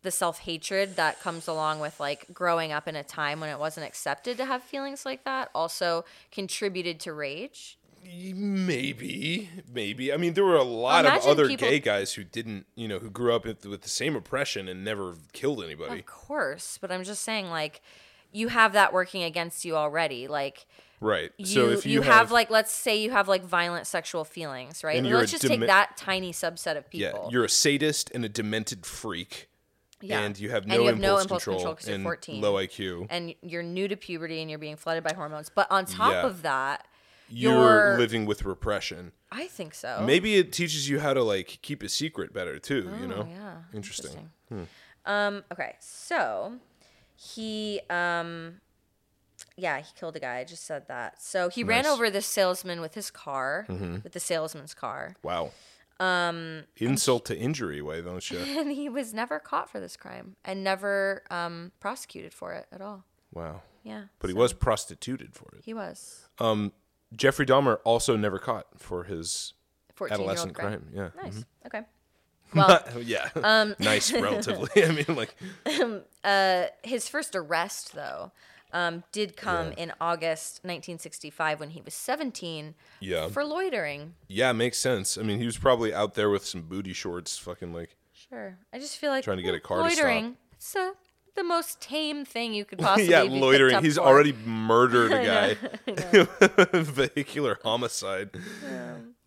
the self hatred that comes along with like growing up in a time when it wasn't accepted to have feelings like that also contributed to rage.
Maybe, maybe. I mean, there were a lot
Imagine
of other
people-
gay guys who didn't, you know, who grew up with, with the same oppression and never killed anybody.
Of course. But I'm just saying, like, you have that working against you already. Like
Right.
you,
so if you,
have, like let's say you have like violent sexual feelings, right?
And
And
you're a
let's just take
deme-
that tiny subset of people.
yeah, you're a sadist and a demented freak
Yeah.
and you have
And
no
you have no
impulse,
impulse
control,
control 'cause you're
and
14.
low IQ.
and you're new to puberty and you're being flooded by hormones. But on top
Yeah.
of that,
You're,
you're-
living with repression.
I think so.
Maybe it teaches you how to like keep a secret better too. you know,
Oh, yeah.
interesting.
Um, okay, so he um yeah, he killed a guy. I just said that. So he ran
Nice. Mm-hmm.
over this salesman with his car, with the salesman's car.
Wow. Um, insult to injury, way don't you?
And he was never caught for this crime and never um prosecuted for it at all.
Wow.
Yeah.
But he was prostituted for it.
He was.
Jeffrey Dahmer also never caught for his
14 year
adolescent
old crime.
crime. Mm-hmm. Yeah.
Nice. um, Okay.
yeah. nice, relatively. I mean, like,
Uh, His first arrest, though, um, did come in August 1965 when he was 17
Yeah.
for loitering.
yeah, makes sense. I mean, he was probably out there with some booty shorts, fucking like,
Sure. I just feel like
Trying to get a
well,
car to stop.
loitering. It's uh, the most tame thing you could possibly.
yeah,
be picked
loitering.
up
He's
for.
already murdered a guy. Vehicular homicide.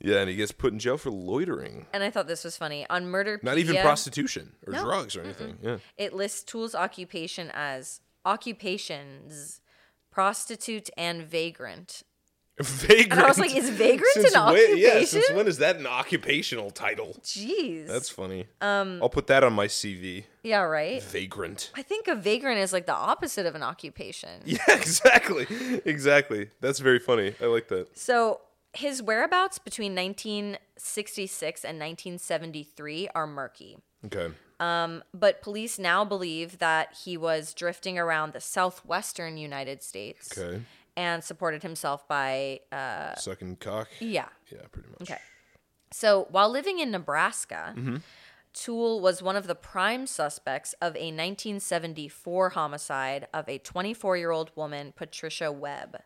Yeah, and he gets put in jail for loitering.
And I thought this was funny on murder.
Not even prostitution or
No.
drugs or anything. Yeah.
It lists Tool's occupation as occupations, prostitute and vagrant.
Vagrant.
And I was like, is vagrant
Since
an
when-
occupation?
Yeah, since when is that an occupational title?
Jeez.
That's funny. Um, I'll put that on my CV.
yeah, right.
Vagrant.
I think a vagrant is like the opposite of an occupation.
Yeah, exactly. Exactly. That's very funny. I like that.
So his whereabouts between 1966 and 1973 are murky.
Okay.
but police now believe that he was drifting around the southwestern United States
Okay.
and supported himself by, uh,
Sucking cock.
yeah.
Yeah, pretty much.
Okay. So while living in Nebraska, Toole was one of the prime suspects of a 1974 homicide of a 24 year old woman, Patricia Webb.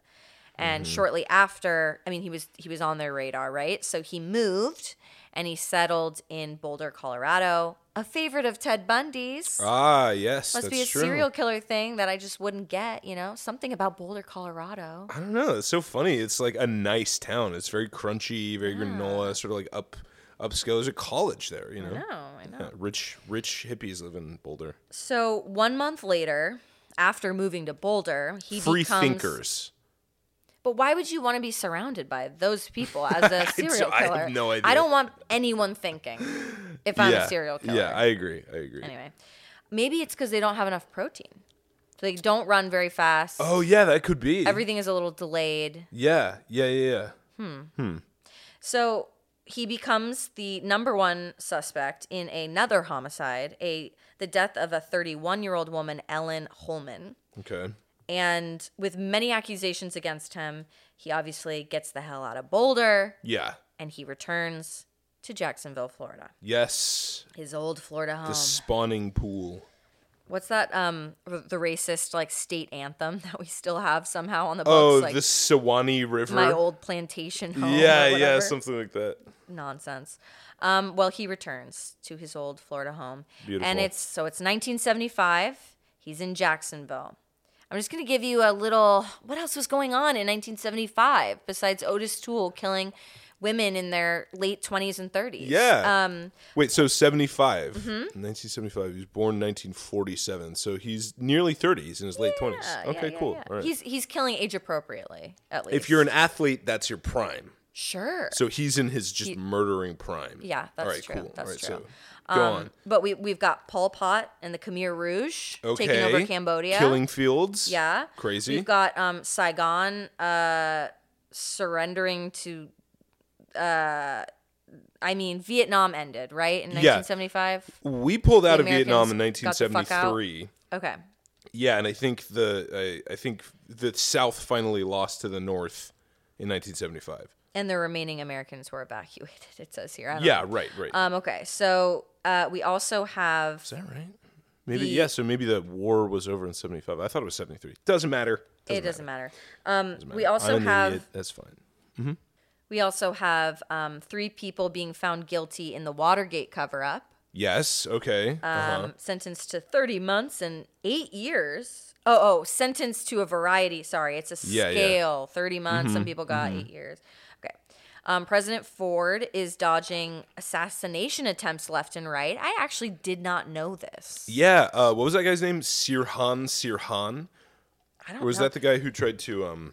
And shortly after, I mean, he was he was on their radar, right? So he moved and he settled in Boulder, Colorado, a favorite of Ted Bundy's.
Ah, yes.
Must
that's
be a
true.
serial killer thing that I just wouldn't get, you know? Something about Boulder, Colorado.
I don't know. It's so funny. It's like a nice town. It's very crunchy, very granola, sort of like up upscale. There's a college there, you know.
No, I know.
Yeah, rich, rich hippies live in Boulder.
So one month later, after moving to Boulder, he
Free
becomes,
thinkers.
But why would you want to be surrounded by those people as a serial
I have
killer?
no
I
idea.
don't want anyone thinking if I'm
yeah.
a serial killer.
Yeah, I agree. I agree.
anyway, maybe it's because they don't have enough protein. So they don't run very fast.
Oh yeah, that could be.
Everything is a little delayed.
yeah, yeah, yeah, yeah.
So he becomes the number one suspect in another homicide, a the death of a 31-year-old woman, Ellen Holman.
Okay.
And with many accusations against him, he obviously gets the hell out of Boulder
Yeah.
and he returns to Jacksonville, Florida,
Yes.
his old Florida home.
The spawning pool.
What's that? Um, r- the racist like state anthem that we still have somehow on the
Oh,
books, like
the Sewanee River.
my old plantation home. or
yeah, yeah,
whatever.
something like that.
nonsense. Um, well, he returns to his old Florida home, and
Beautiful.
it's so it's 1975. He's in Jacksonville. I'm just gonna give you a little. What else was going on in 1975 besides Otis Toole killing women in their late 20s and 30s?
Yeah.
Um,
Wait, so 75.
Mm-hmm.
1975. He was born 1947. So he's nearly 30. He's in his late 20s.
yeah,
Okay,
yeah,
cool.
yeah.
All right.
He's he's killing age appropriately at least.
if you're an athlete, that's your prime.
sure.
So he's in his just murdering prime.
Yeah, that's
All right,
true.
cool.
That's
All right,
true. Um,
so go on.
But we we've got Pol Pot and the Khmer Rouge
Okay.
taking over Cambodia,
Killing fields.
Yeah.
Crazy.
We've got um, Saigon uh, surrendering to, uh, I mean, Vietnam ended, right? In
Yeah.
1975?
we pulled out
The
of Vietnam in
Americans got the fuck out.
1973.
Okay.
Yeah, and I think the I, I think the South finally lost to the North in 1975.
And the remaining Americans were evacuated, it says here. I don't
Yeah,
know.
right, right.
Um, okay. So uh, we also have.
Is that right? Maybe yeah. So maybe the war was over in 75. I thought it was 73. Doesn't matter.
it doesn't matter. Um, we
matter.
also
I'm an
have
idiot. that's fine.
we also have um, three people being found guilty in the Watergate cover up.
Yes. Okay.
um, sentenced to 30 months and eight years. Oh, oh, sentenced to a variety. Sorry, it's a
Yeah, Mm-hmm. yeah.
scale 30 months. Some people got eight years. Okay. Um, President Ford is dodging assassination attempts left and right. I actually did not know this.
Yeah, uh, what was that guy's name? Sirhan Sirhan,
I don't
or was
know.
that the guy who tried to um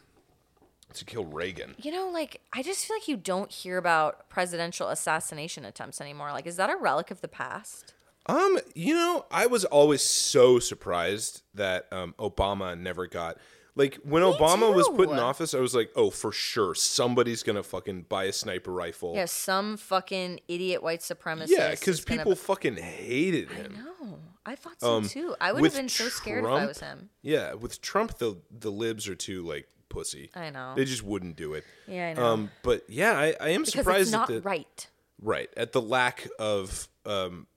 to kill Reagan?
you know, like I just feel like you don't hear about presidential assassination attempts anymore. Like, is that a relic of the past?
Um, you know, I was always so surprised that um, Obama never got like when Obama was put in
too.
office. I was like, oh, for sure, somebody's gonna fucking buy a sniper rifle.
Yeah, some fucking idiot white supremacist.
yeah,
is
because
gonna-
people fucking hated him.
No, I thought so too. I would have
with
been so scared if I
Trump-
was him.
Yeah, with Trump, the the libs are too like pussy.
I know.
they just wouldn't do it.
Yeah, I know.
Um, but yeah, I, I am
Because
surprised
it's not
at the,
right.
right at the lack of um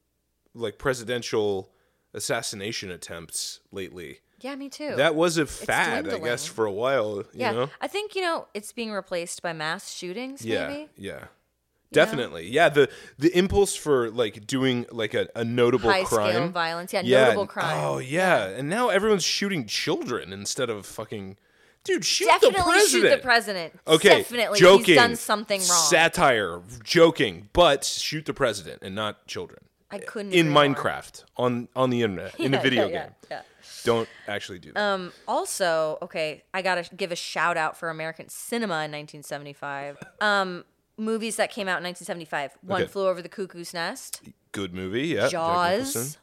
like presidential assassination attempts lately.
Yeah, me too.
That was a fad, I
dwindling.
guess, for a while. You
yeah,
know?
I think you know it's being replaced by mass shootings.
Yeah.
Maybe
Yeah. Definitely. Yeah. The the impulse for like doing like a, a notable
high
crime.
scale violence. Yeah,
yeah.
notable
and-
crime.
Oh yeah. And now everyone's shooting children instead of fucking dude, shoot the
Definitely shoot
president.
the president.
Okay.
Definitely.
Joking.
He's done something wrong.
Satire. Joking. But shoot the president and not children.
I couldn't.
In
agree more.
Minecraft. On on the internet. In
Yeah,
a video
yeah, yeah,
game.
yeah.
Don't actually do that.
Um, also, okay, I gotta give a shout out for American cinema in 1975. Um, movies that came out in 1975: One
Okay.
Flew Over the Cuckoo's Nest,
Good movie, yeah. Jack Nicholson.
Jaws,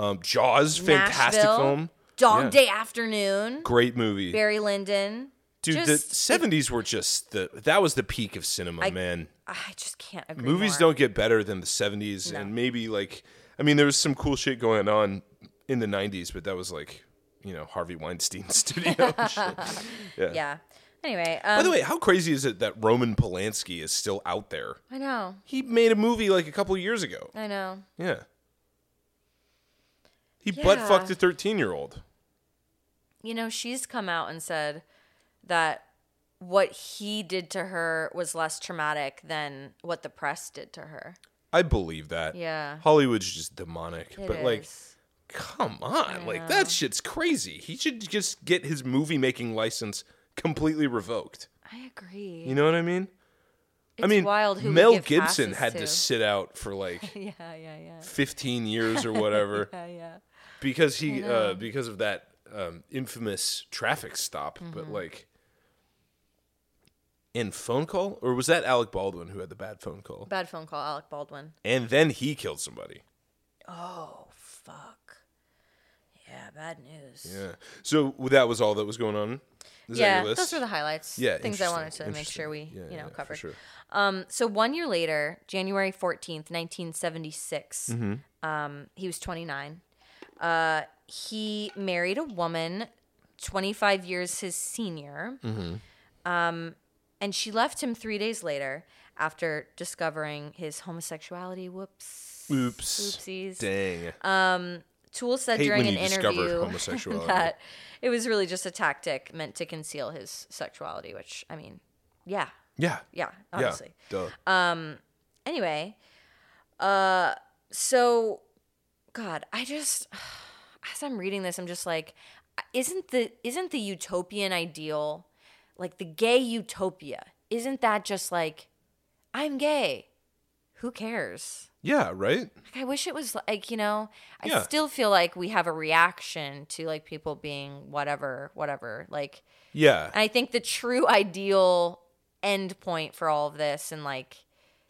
Um, Jaws, fantastic
Nashville,
film.
Dog
Yeah.
Day Afternoon,
Great movie.
Barry Lyndon.
Dude, the
just-
seventies were just the that was the peak of cinema, man.
I just can't agree.
Movies
more.
don't get better than the seventies
No.
and maybe like I mean there was some cool shit going on in the nineties, but that was like, you know, Harvey Weinstein studio. shit.
Yeah. Anyway, um,
By the way, how crazy is it that Roman Polanski is still out there?
I know,
He made a movie like a couple years ago.
I know.
Yeah. He butt fucked a
Yeah.
thirteen year old.
You know, she's come out and said that what he did to her was less traumatic than what the press did to her.
I believe that.
Yeah.
Hollywood's just demonic.
It
but like
is.
come on, like that shit's crazy. He should just get his movie making license completely revoked.
I agree.
You know what I mean? I
It's
mean,
wild who we
Mel
give
Gibson
passes
had
to.
to sit out for like
Yeah, yeah, yeah.
15 years or whatever
Yeah, yeah.
because he uh, because of that um, infamous traffic stop. But
Mm-hmm.
like, and phone call or was that Alec Baldwin who had the bad phone call?
Bad phone call, Alec Baldwin.
And then he killed somebody.
Oh, fuck. Yeah, bad news.
Yeah. So that was all that was going on. Is that
Yeah,
your list?
those were the highlights.
Yeah,
things I
interesting,
wanted to make
interesting.
sure we,
Yeah,
you
yeah,
know,
for
covered.
sure.
Um, so one year later, January fourteenth, nineteen
Mm-hmm.
Um, he was twenty nine. Uh, he married a woman, twenty five years his senior. Um,
Mm-hmm.
and she left him three days later after discovering his homosexuality. Whoops.
Oops.
Oopsies.
Dang.
Um, Tool said
Hate
during
when
an
you discover
interview
homosexuality.
that it was really just a tactic meant to conceal his sexuality, which I mean, yeah,
yeah.
yeah, honestly.
Duh.
Anyway, uh, so God, I just as I'm reading this, I'm just like, isn't the isn't the utopian ideal like the gay utopia? Isn't that just like I'm gay? Who cares?
yeah, right?
Like, I wish it was like, you know, I
Yeah.
still feel like we have a reaction to like people being whatever, whatever. Like,
Yeah.
and I think the true ideal end point for all of this and like,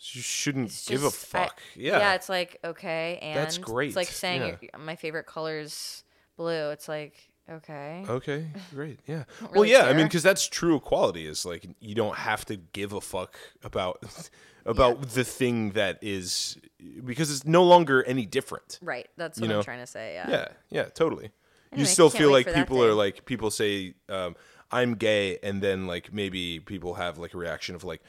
you shouldn't
it's
give a
just- I-
fuck. yeah.
Yeah. It's like, okay. And
That's great,
It's like saying
yeah.
my favorite color's blue. It's like, okay.
Okay, great. Yeah. well,
really
yeah, I mean
care.
cuz that's true equality is like you don't have to give a fuck about about the thing that is because it's no longer any different.
Right. That's
You
what
know.
I'm trying to say. Yeah.
Yeah, yeah, totally. you
Anyway,
still
can't
feel
wait
like
for that
people are
day.
like people say um, I'm gay, and then like maybe people have like a reaction of like,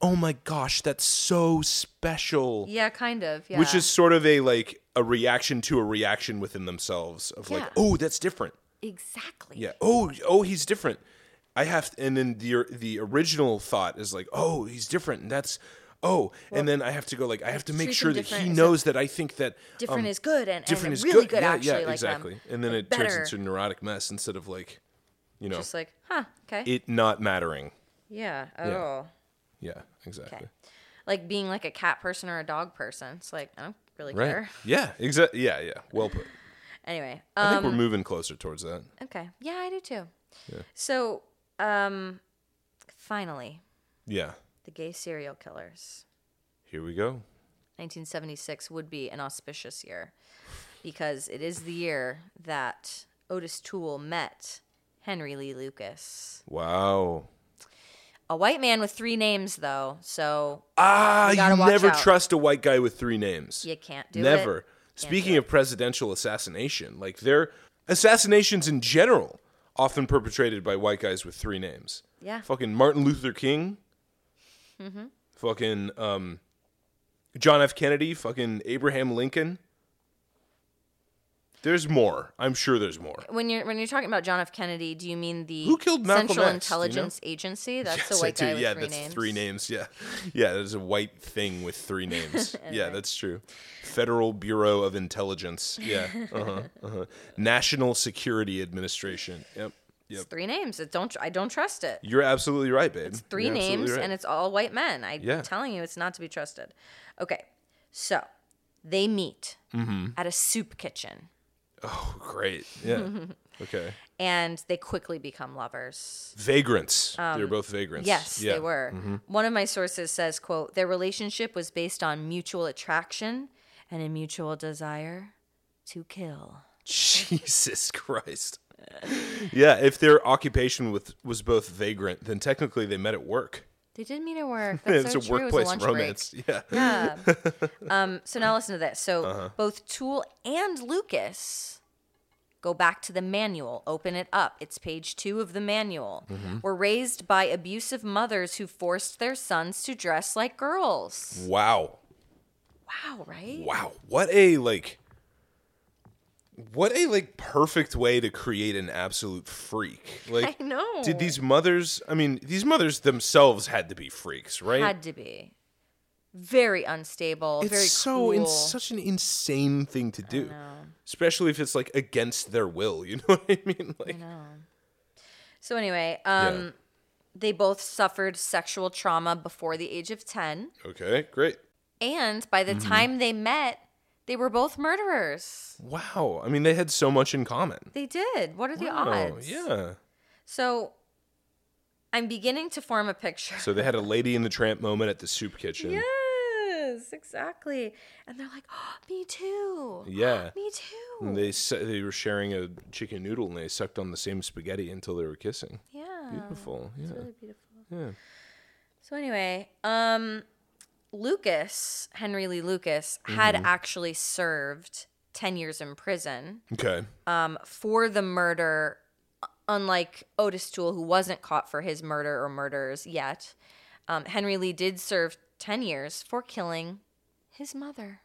oh my gosh, that's so special,
Yeah, kind of. Yeah.
which is sort of a like a reaction to a reaction within themselves of like,
Yeah.
oh, that's different.
exactly.
Yeah. Oh, oh, he's different. I have, to, and then the the original thought is like, oh, he's different, and that's. Oh, and then I have to go like I have to make
treat
sure
them
that he
different, so-
knows that I think that
Different
um,
is good and,
different
and
is
really good,
good. yeah,
actually.
yeah,
like them.
exactly. and then
But
it
better.
turns into a neurotic mess instead of like, you know,
Just like, huh, okay.
it not mattering.
yeah, at
Yeah.
all.
Yeah, exactly.
Like being like a cat person or a dog person. It's like, I don't really
Right.
care.
Yeah, exactly. Yeah, yeah. Well put.
Anyway.
I
Um,
think we're moving closer towards that.
okay. Yeah, I do too. So, um, finally,
Yeah.
the gay serial killers.
Here we go.
1976 would be an auspicious year because it is the year that Otis Toole met Henry Lee Lucas.
Wow.
A white man with three names, though, so
Ah,
You gotta
you
watch
never
out.
trust a white guy with three names.
you can't do it.
never. Speaking of presidential assassination, like their assassinations in general often perpetrated by white guys with three names.
Yeah.
Fucking Martin Luther King. Mm-hmm. Fucking um, John F. Kennedy. Fucking Abraham Lincoln. There's more. I'm sure there's more.
When you're when you're talking about John F. Kennedy, do you mean the
Who killed Malcolm
Central
X, do you
Intelligence Agency? That's
Yes,
a
I
white
do.
guy with
yeah,
three
that's
names.
three names. Yeah, yeah, there's a white thing with three names. Yeah, that's true. Federal Bureau of Intelligence. Yeah, uh-huh, uh-huh. National Security Administration. Yep, yep.
It's three names. It don't I don't trust it.
You're absolutely right, babe. It's
Three names and it's all white men. I'm
Yeah.
telling you, it's not to be trusted. Okay, so they meet
Mm-hmm.
at a soup kitchen.
oh, great. Yeah. okay.
and they quickly become lovers.
Vagrants. They're both vagrants.
Um, Yes,
Yeah. Mm-hmm.
they were. One of my sources says, quote, their relationship was based on mutual attraction and a mutual desire to kill.
Jesus Christ. yeah, if their occupation with, was both vagrant, then technically they met at work.
They did meet at work.
It's
That's so
a
true. It was
workplace
lunch break.
romance. Yeah.
Um, so now listen to this. So
Uh-huh.
both Tool and Lucas go back to the manual, open it up. It's page two of the manual.
Mm-hmm.
Were raised by abusive mothers who forced their sons to dress like girls.
Wow.
Wow, right?
Wow, what a like what a like perfect way to create an absolute freak. Like
I know.
Did these mothers, I mean, these mothers themselves had to be freaks, right?
had to be very unstable
it's
very
so
cruel.
in such an insane thing to do. Especially if it's like against their will, you know what I mean? Like
so anyway um they both suffered sexual trauma before the age of 10
Okay, great.
and by
Mm-hmm.
the time they met they were both murderers
Wow. I mean, they had so much in common.
they did what are the
Oh,
odds
yeah.
so i'm beginning to form a picture
So they had a lady in the tramp moment at the soup kitchen.
yes exactly and they're like oh, me too
Yeah.
me too
And they su- they were sharing a chicken noodle and they sucked on the same spaghetti until they were kissing.
yeah
Beautiful. yeah.
Oh. really beautiful. Yeah. So anyway, um, Lucas Henry Lee Lucas had
Mm-hmm.
actually served ten years in prison
Okay.
um, for the murder. Unlike Otis Toole, who wasn't caught for his murder or murders yet, um, Henry Lee did serve ten years for killing his mother.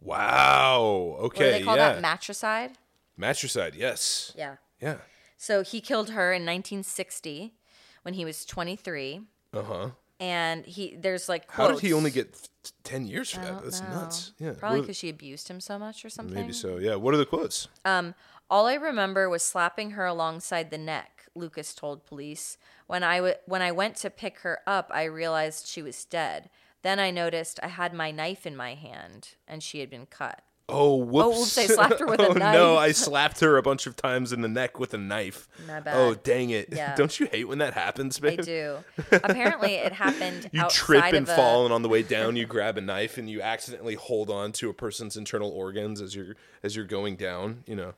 Wow.
What do
Okay.
they call
yeah.
that matricide?
Matricide. Yes.
Yeah.
Yeah.
So he killed her in 1960 when he was 23,
Uh huh.
and he there's like
How did he
quotes.
only get th- ten years for
I
that?
don't
That's
know.
nuts. Yeah.
Uh, Probably
What are
because she abused him so much or
the-
something.
maybe so. Yeah. What are the quotes?
Uh, All I remember was slapping her alongside the neck. Lucas told police when I w- when I went to pick her up, I realized she was dead. Then I noticed I had my knife in my hand and she had been cut.
Oh, whoops!
oops, I slapped her with a
oh, No,
knife.
I slapped her a bunch of times in the neck with a knife.
My bad.
Oh, dang it!
Yeah.
Don't you hate when that happens,
I
babe?
do. Apparently, it happened.
You
outside
trip and
of a-
fall, and on the way down, you grab a knife and you accidentally hold on to a person's internal organs as you're as you're going down. You know,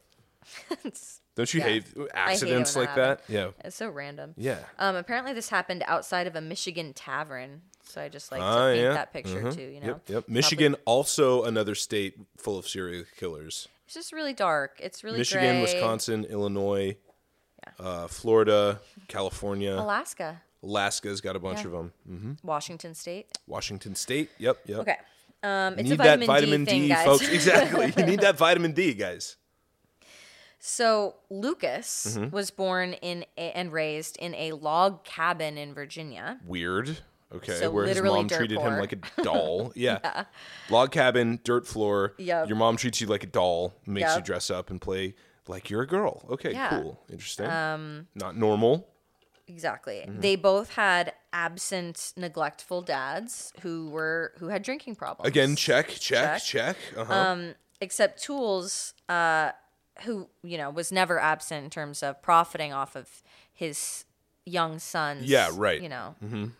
don't you
Yeah.
hate
I hate it
accidents
when
like
that
that? Yeah,
It's so random.
yeah.
Um. Apparently, this happened outside of a Michigan tavern. So I just like to
Ah,
paint
yeah.
that picture too. You know.
Yep, yep. Michigan, also another state full of serial killers.
It's just really dark. It's really
Michigan,
gray.
Wisconsin, Illinois, uh, Florida, California,
Alaska,
Alaska's got a bunch of them.
Washington State.
Washington State. Yep, yep.
Okay. Um, it's
Need
a vitamin,
that vitamin
D, thing, guys.
folks. Exactly. you need that vitamin D, guys.
So Lucas
Mm-hmm.
was born in a, and raised in a log cabin in Virginia.
Weird. Okay,
So
where his
literally
mom
dirt
treated him
poor.
like a doll. Yeah. Log cabin, dirt floor.
Yep.
Your mom treats you like a doll, makes you
Yep.
dress up and play like you're a girl. Okay,
Yeah.
cool. Interesting. Um, Not normal.
Exactly. They both had absent, neglectful dads who were who had drinking problems.
Again, check, check, check. Uh-huh.
Um, except Tools, uh, who you know was never absent in terms of profiting off of his young son's.
Yeah, right. Mm-hmm.
You know.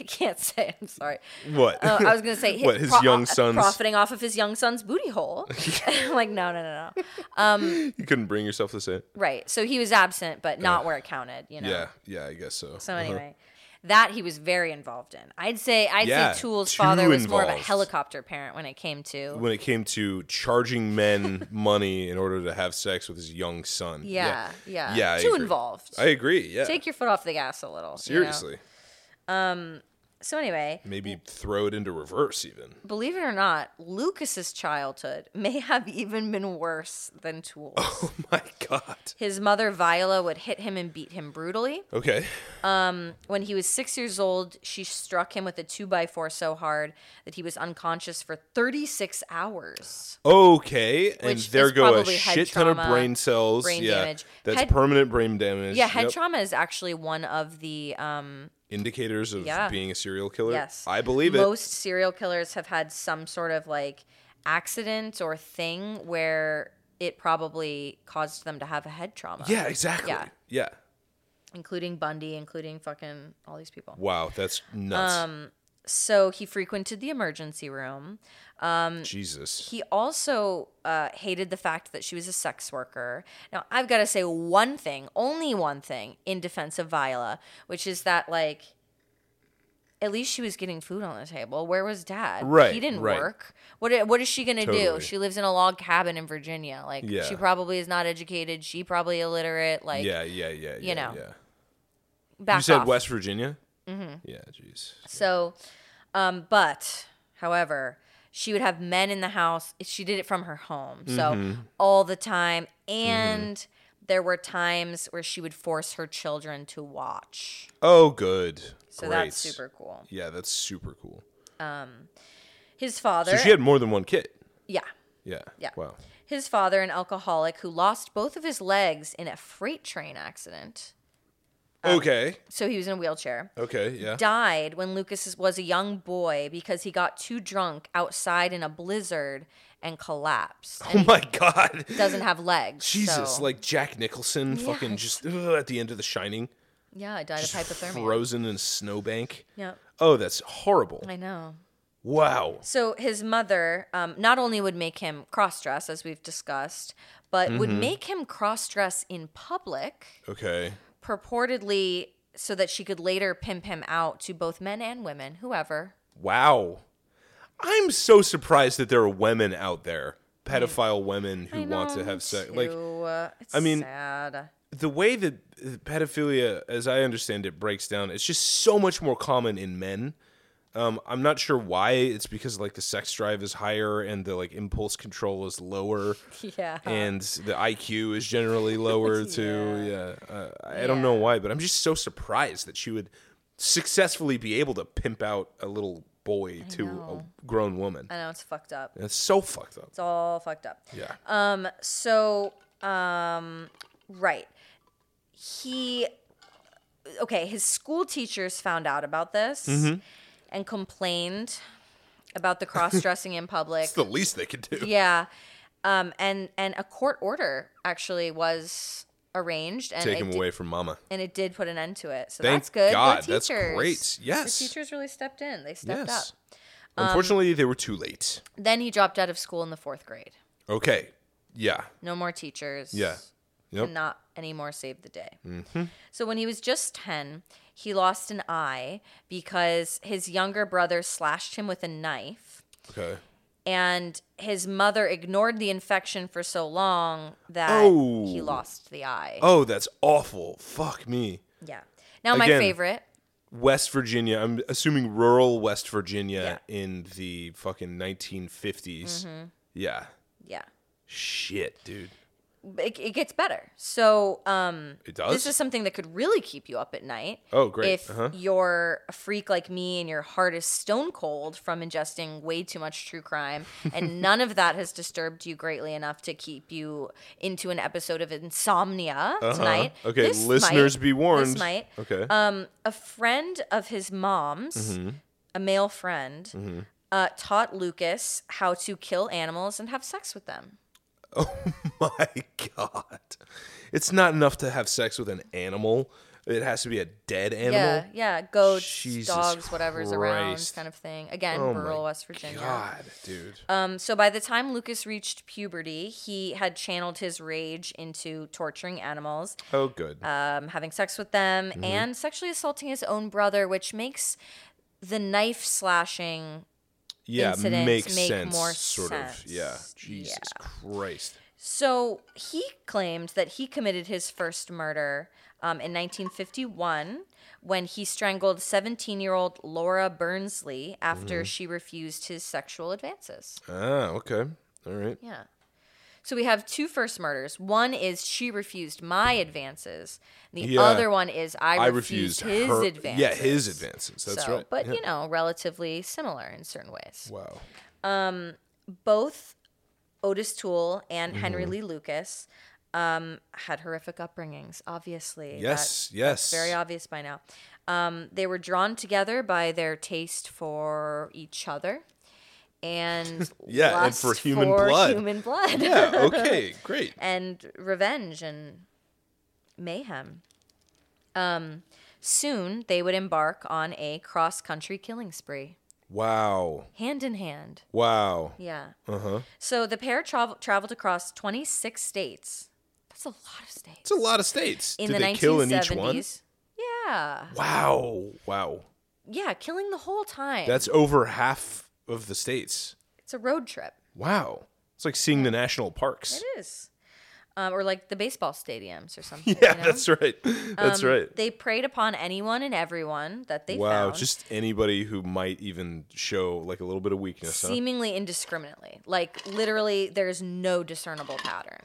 I can't say. it, I'm sorry.
what?
Oh, I was gonna say uh,
What, his young son's-
profiting off of his young son's booty hole. like no, no, no, no.
you couldn't bring yourself to say it.
Right. So he was absent, but not where it counted. You know.
Yeah, Uh-huh. yeah, I guess so.
So anyway, that he was very involved in. I'd say I'd
Yeah,
say Tool's
too
father was more of a
involved.
helicopter parent when it came to
when it came to charging men money in order to have sex with his young son.
yeah, yeah,
yeah. I
too
agree.
involved.
I agree. Yeah.
Take your foot off the gas a little. you know?
Seriously.
So anyway,
Maybe throw it into reverse even.
believe it or not, Lucas's childhood may have even been worse than Tool's.
Oh my god.
His mother Viola would hit him and beat him brutally.
Okay.
When he was six years old, she struck him with a two by four so hard that he was unconscious for 36 hours.
Oh, Okay. and
Which
there
is
go a
probably head
shit ton of
trauma,
brain cells.
brain
yeah.
damage.
That's
Head-
permanent brain damage.
Yeah, head
Yep.
trauma is actually one of the um,
Indicators of
Yeah.
being a serial killer.
Yes.
I believe it.
Most serial killers have had some sort of like accident or thing where it probably caused them to have a head trauma.
yeah, exactly.
Yeah.
yeah.
Including Bundy, including fucking all these people.
Wow, that's nuts.
So he frequented the emergency room. Um,
Jesus.
He also uh, hated the fact that she was a sex worker. Now, I've got to say one thing, only one thing, in defense of Viola, which is that, like, at least she was getting food on the table. Where was dad?
Right,
He didn't
right.
work. What, i- what is she going to do?
Totally.
She lives in a log cabin in Virginia. Like,
Yeah.
she probably is not educated. She probably illiterate. Like,
yeah, yeah, yeah. yeah,
know,
Yeah.
back
You said
off.
West Virginia? Mm-hmm. Yeah, jeez.
So, um, but however, she would have men in the house. She did it from her home, so
Mm-hmm.
all the time. And there were times where she would force her children to watch.
Oh, good.
So
Great.
that's super cool.
Yeah, that's super cool.
His father,
So she had more than one kid.
yeah,
Yeah.
Yeah.
Wow.
his father, an alcoholic who lost both of his legs in a freight train accident. Um,
okay.
So he was in a wheelchair.
Okay. Yeah.
died when Lucas was a young boy because he got too drunk outside in a blizzard and collapsed. And
Oh my God.
he doesn't have legs.
Jesus,
so-
like Jack Nicholson, fucking just ugh, at the end of The Shining,
yeah, I died of hypothermia.
frozen in a snowbank.
yeah,
Oh, that's horrible.
I know.
Wow.
So his mother um, not only would make him cross dress, as we've discussed, but would
Mm-hmm.
make him cross dress in public,
Okay.
purportedly so that she could later pimp him out to both men and women, whoever.
Wow. I'm so surprised that there are women out there, pedophile women who want to have sex. Like,
Like, it's
I mean-
sad.
the way that pedophilia, as I understand it, breaks down, it's just so much more common in men. Um, I'm not sure why. It's because like the sex drive is higher and the like impulse control is lower,
Yeah.
and the IQ is generally lower too. Yeah, uh, I I don't know why, but I'm just so surprised that she would successfully be able to pimp out a little boy to a grown woman.
I know it's fucked up.
That's so fucked up.
It's all fucked up.
Yeah.
So, um, right. He, okay, his school teachers found out about this
Mm-hmm.
and complained about the cross dressing in public.
it's the least they could do.
yeah. Um, and, and a court order actually was arranged and,
Take
it
him
di-
away from mama.
and it did put an end to it. So
Thank
that's good. The
God. That's
teachers-
great. Yes.
The teachers really stepped in, they stepped up.
Unfortunately, they were too late.
Then he dropped out of school in the fourth grade.
Okay. Yeah.
No more teachers.
Yeah. Yep. Mm-hmm.
and not anymore save the day. So when he was just 10, he lost an eye because his younger brother slashed him with a knife.
okay.
And his mother ignored the infection for so long that
Oh.
he lost the eye.
Oh, that's awful. Fuck me.
Yeah. Now, my
Again.
favorite.
West Virginia. I'm assuming rural West Virginia in the
Mm-hmm.
fucking 1950s. Yeah.
Yeah.
Shit, dude.
it, it gets better. So um,
It does?
This is something that could really keep you up at night.
Oh, great.
If
Uh-huh.
you're a freak like me and your heart is stone cold from ingesting way too much true crime, and none of that has disturbed you greatly enough to keep you into an episode of insomnia tonight.
Uh-huh. Okay,
this
listeners,
might-
be warned.
This might.
Okay.
Um, a friend of his mom's,
Mm-hmm.
a male friend, uh, taught Lucas how to kill animals and have sex with them.
My God. It's not enough to have sex with an animal. It has to be a dead animal.
Yeah, yeah, goats,
Jesus
dogs, whatever's around,
Christ.
kind of thing. Again,
Oh
rural
my
West Virginia.
God, dude.
Um, so by the time Lucas reached puberty, he had channeled his rage into torturing animals,
oh, good.
um, having sex with them, and sexually assaulting his own brother, which makes the knife slashing
yeah,
incidents
makes
make
sense.
more
sort
sense.
of. Yeah.
Yeah.
Jesus Christ.
So he claimed that he committed his first murder um, in 1951 when he strangled 17 year old Laura Burnsley after she refused his sexual advances.
Ah, okay. All right.
Yeah. So we have two first murders. One is she refused my advances. The
Yeah.
other one is I,
I refused
refused, his
her-
advances.
Yeah, his advances. That's
so,
right.
But,
Yeah.
you know, relatively similar in certain ways.
Wow.
both Otis Toole and
Mm-hmm.
Henry Lee Lucas um, had horrific upbringings, obviously. That-
Yes, yes.
very obvious by now. Um, they were drawn together by their taste for each other and
Yeah, and
lust
for human
for
blood.
human blood.
yeah, okay, great.
and revenge and mayhem. Um, soon they would embark on a cross country killing spree,
Wow.
hand in hand.
Wow.
Yeah.
Uh huh.
So the pair travel- traveled across 26 states. That's a lot of states.
It's a lot of states.
In
Did
the
they
1970s.
kill in each one?
Yeah.
Wow. Wow.
Yeah, killing the whole time.
That's over half of the states.
it's a road trip.
Wow. It's like seeing the national parks.
It is. Um, or like the baseball stadiums or something.
Yeah,
you know? Um,
that's right. That's right.
They preyed upon anyone and everyone that they
Wow.
found.
Just anybody who might even show like a little bit of weakness. huh?
seemingly indiscriminately. Like literally there's no discernible pattern.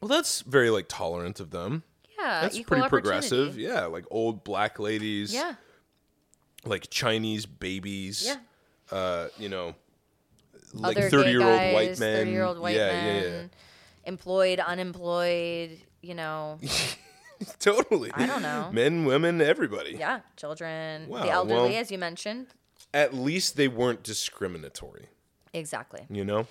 Well, that's very like tolerant of them.
Yeah.
That's
Uh, equal
pretty progressive.
opportunity.
Yeah, like old black ladies.
Yeah.
Like Chinese babies.
Yeah.
Uh, you know, like
Other gay
thirty-year-old white
guys,
men.
30-year-old white
yeah,
men,
yeah, yeah.
employed, unemployed, you know,
Totally.
I don't know.
Men, women, everybody.
yeah, children,
Wow,
the elderly,
well-
as you mentioned.
At least they weren't discriminatory.
Exactly.
You know.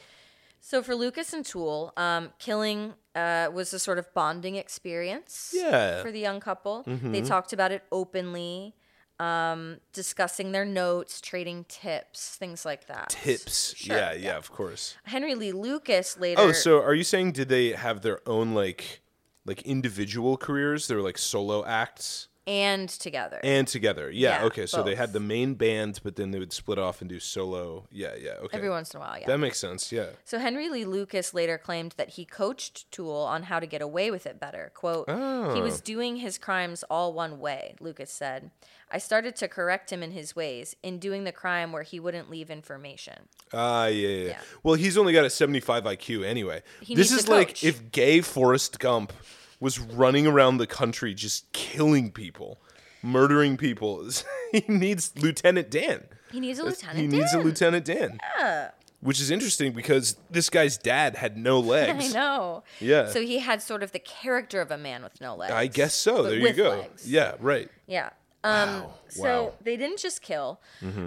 So for Lucas and Toole, um, killing uh, was a sort of bonding experience
Yeah. Mm-hmm.
for the young couple. They talked about it openly, um, discussing their notes, trading tips, things like that.
Tips.
Sure,
yeah, yeah, of course.
Henry Lee Lucas later.
Oh, so are you saying did they have their own like like individual careers? They were like solo acts
and together.
and together. Yeah,
Yeah,
okay. So they
both.
had the main band, but then they would split off and do solo. Yeah, yeah. Okay.
Every once in a while, yeah.
That makes sense. Yeah.
So Henry Lee Lucas later claimed that he coached Toole on how to get away with it better. Quote, he
Oh.
was doing his crimes all one way, Lucas said. I started to correct him in his ways, in doing the crime where he wouldn't leave information.
Ah, yeah, yeah, yeah.
Yeah.
Well, he's only got a 75 IQ anyway.
He
this
needs
is
a
like
coach.
if gay Forrest Gump was running around the country just killing people, murdering people. he needs Lieutenant Dan.
He needs a lieutenant.
he needs a Lieutenant Dan. Yeah. Which is interesting because this guy's dad had no
I
legs.
know.
Yeah.
So he had sort of the character of a man with no legs.
I guess so.
But
there you
with
go.
legs.
Yeah, right.
Yeah. Um,
Wow.
So
Wow. Mm-hmm.
they didn't just kill.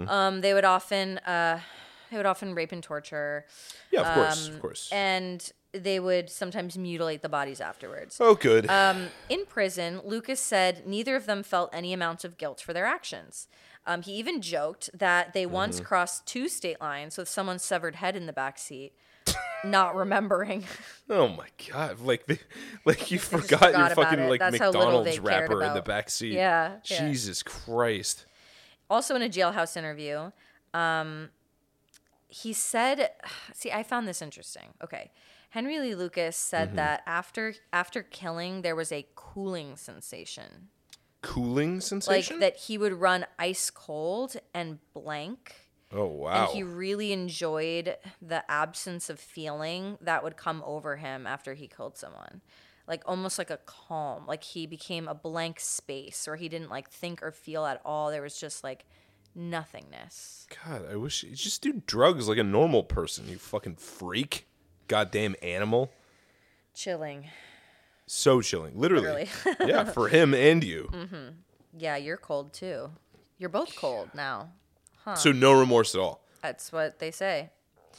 Um, they would often, uh, they would often rape and torture.
Yeah, of course, of
Um,
course.
And they would sometimes mutilate the bodies afterwards.
oh, good.
Um, in prison, Lucas said neither of them felt any amount of guilt for their actions. Um, he even joked that they once
Mm-hmm.
crossed two state lines with someone's severed head in the back seat, not remembering.
oh my god! Like, they, like you forgot, your
forgot about
fucking
it.
like
That's how little
McDonald's
they cared
wrapper in the
about-
back seat.
Yeah, yeah.
Jesus Christ.
also, in a jailhouse interview, um, he said, "See, I found this interesting." Okay, Henry Lee Lucas said that after after killing, there was a cooling sensation.
Cooling sensation.
Like that he would run ice cold and blank
Oh wow.
And he really enjoyed the absence of feeling that would come over him after he killed someone. Like almost like a calm. Like he became a blank space where he didn't like think or feel at all. There was just like nothingness.
God, I wish you just do drugs like a normal person. You fucking freak, goddamn animal.
Chilling.
So chilling, literally. yeah, for him and you.
Mm-hmm. Yeah, you're cold too. You're both cold now.
So no remorse at all.
That's what they say.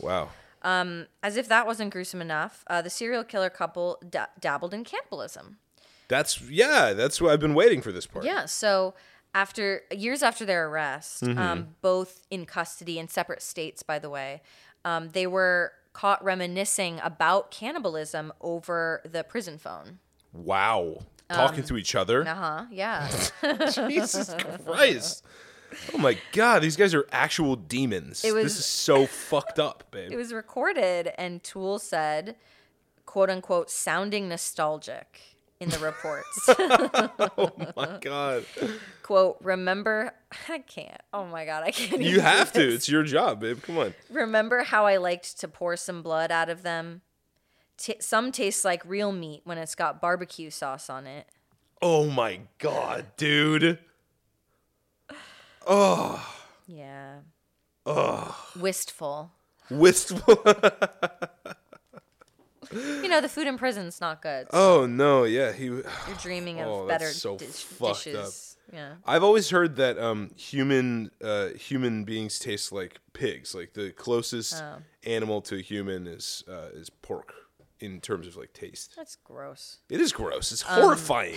Wow.
As if that wasn't gruesome enough, uh, the serial killer couple da- dabbled in cannibalism.
That's yeah. That's why I've been waiting for this part.
Yeah. So after years after their arrest, um, both in custody in separate states, by the way, um, they were caught reminiscing about cannibalism over the prison phone.
Wow. Talking to each other.
Uh huh. Yeah.
Jesus Christ. Oh my God, these guys are actual demons.
was-
this is so fucked up, babe.
it was recorded, and Tool said, "quote unquote," sounding nostalgic in the reports.
oh my God.
quote remember i can't oh my god i can't even
You
do
have to.
this.
It's your job, babe. Come on.
remember how i liked to pour some blood out of them T- some tastes like real meat when it's got barbecue sauce on it
Oh my God, dude.
yeah wistful
Wistful.
you know the food in prison's not good so
Oh no, yeah. He.
you're dreaming
Oh,
of
that's
better
so
dish-
fucked
dishes yeah
I've always heard that um, human uh, human beings taste like pigs. Like the closest
Oh.
animal to a human is uh, is pork in terms of like taste.
that's gross
It is gross. It's
Um.
horrifying.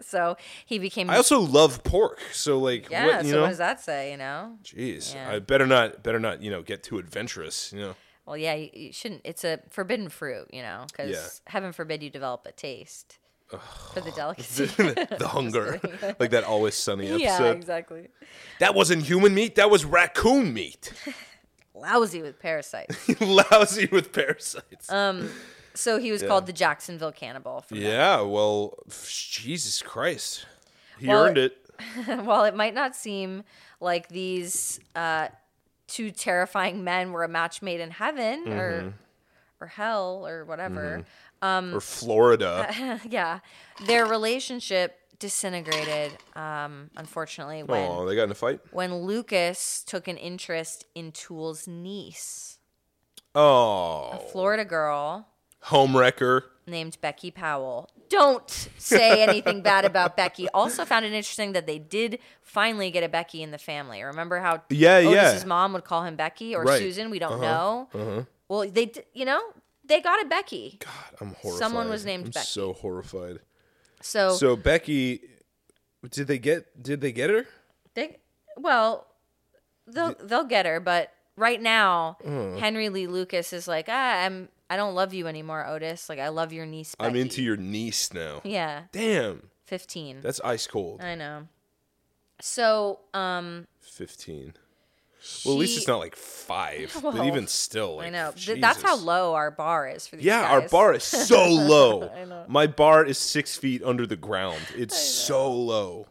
so he became
I also love pork. So like,
yeah
what, you
so
know?
what does that say you know
Jeez,
Yeah.
I better not, better not, you know, get too adventurous. You know,
well yeah you, you shouldn't it's a forbidden fruit you know because
Yeah.
heaven forbid you develop a taste for the delicacy
the hunger, like that Always Sunny episode.
Yeah, exactly.
That wasn't human meat. That was raccoon meat.
Lousy with parasites.
Lousy with parasites.
Uh, so he was called the Jacksonville Cannibal. For
yeah. Well, f- Jesus Christ, he
Well,
earned it.
While it might not seem like these uh, two terrifying men were a match made in heaven
Mm-hmm.
or or hell or whatever, mm.
or
Uh,
Florida.
yeah, their relationship disintegrated. Um, unfortunately, when
Oh, they got in a fight.
when Lucas took an interest in Tool's niece,
Oh,
a Florida girl.
homewrecker.
named Becky Powell. Don't say anything bad about Becky. Also, found it interesting that they did finally get a Becky in the family. Remember how
Yeah, yeah.
Otis's mom would call him Becky or
Right. Uh-huh.
Susan? We don't know. Well, they d- you know they got a Becky.
God, I'm horrified.
Someone was named
I'm
Becky. Oh.
So horrified.
So,
So Becky, did they get? Did they get her?
they well they'll they'll get her, but right now
Uh-huh.
Henry Lee Lucas is like ah, I'm I don't love you anymore, Otis. Like I love your niece. Becky.
I'm into your niece now.
yeah,
Damn,
fifteen.
that's ice cold.
I know. So um.
15. Well, at least it's
She-
not like five, but
Well,
even still, like,
I know. Th- that's how
Jesus.
low our bar is for these
Yeah,
guys.
our bar is so low. My bar is six feet under the ground. It's so low.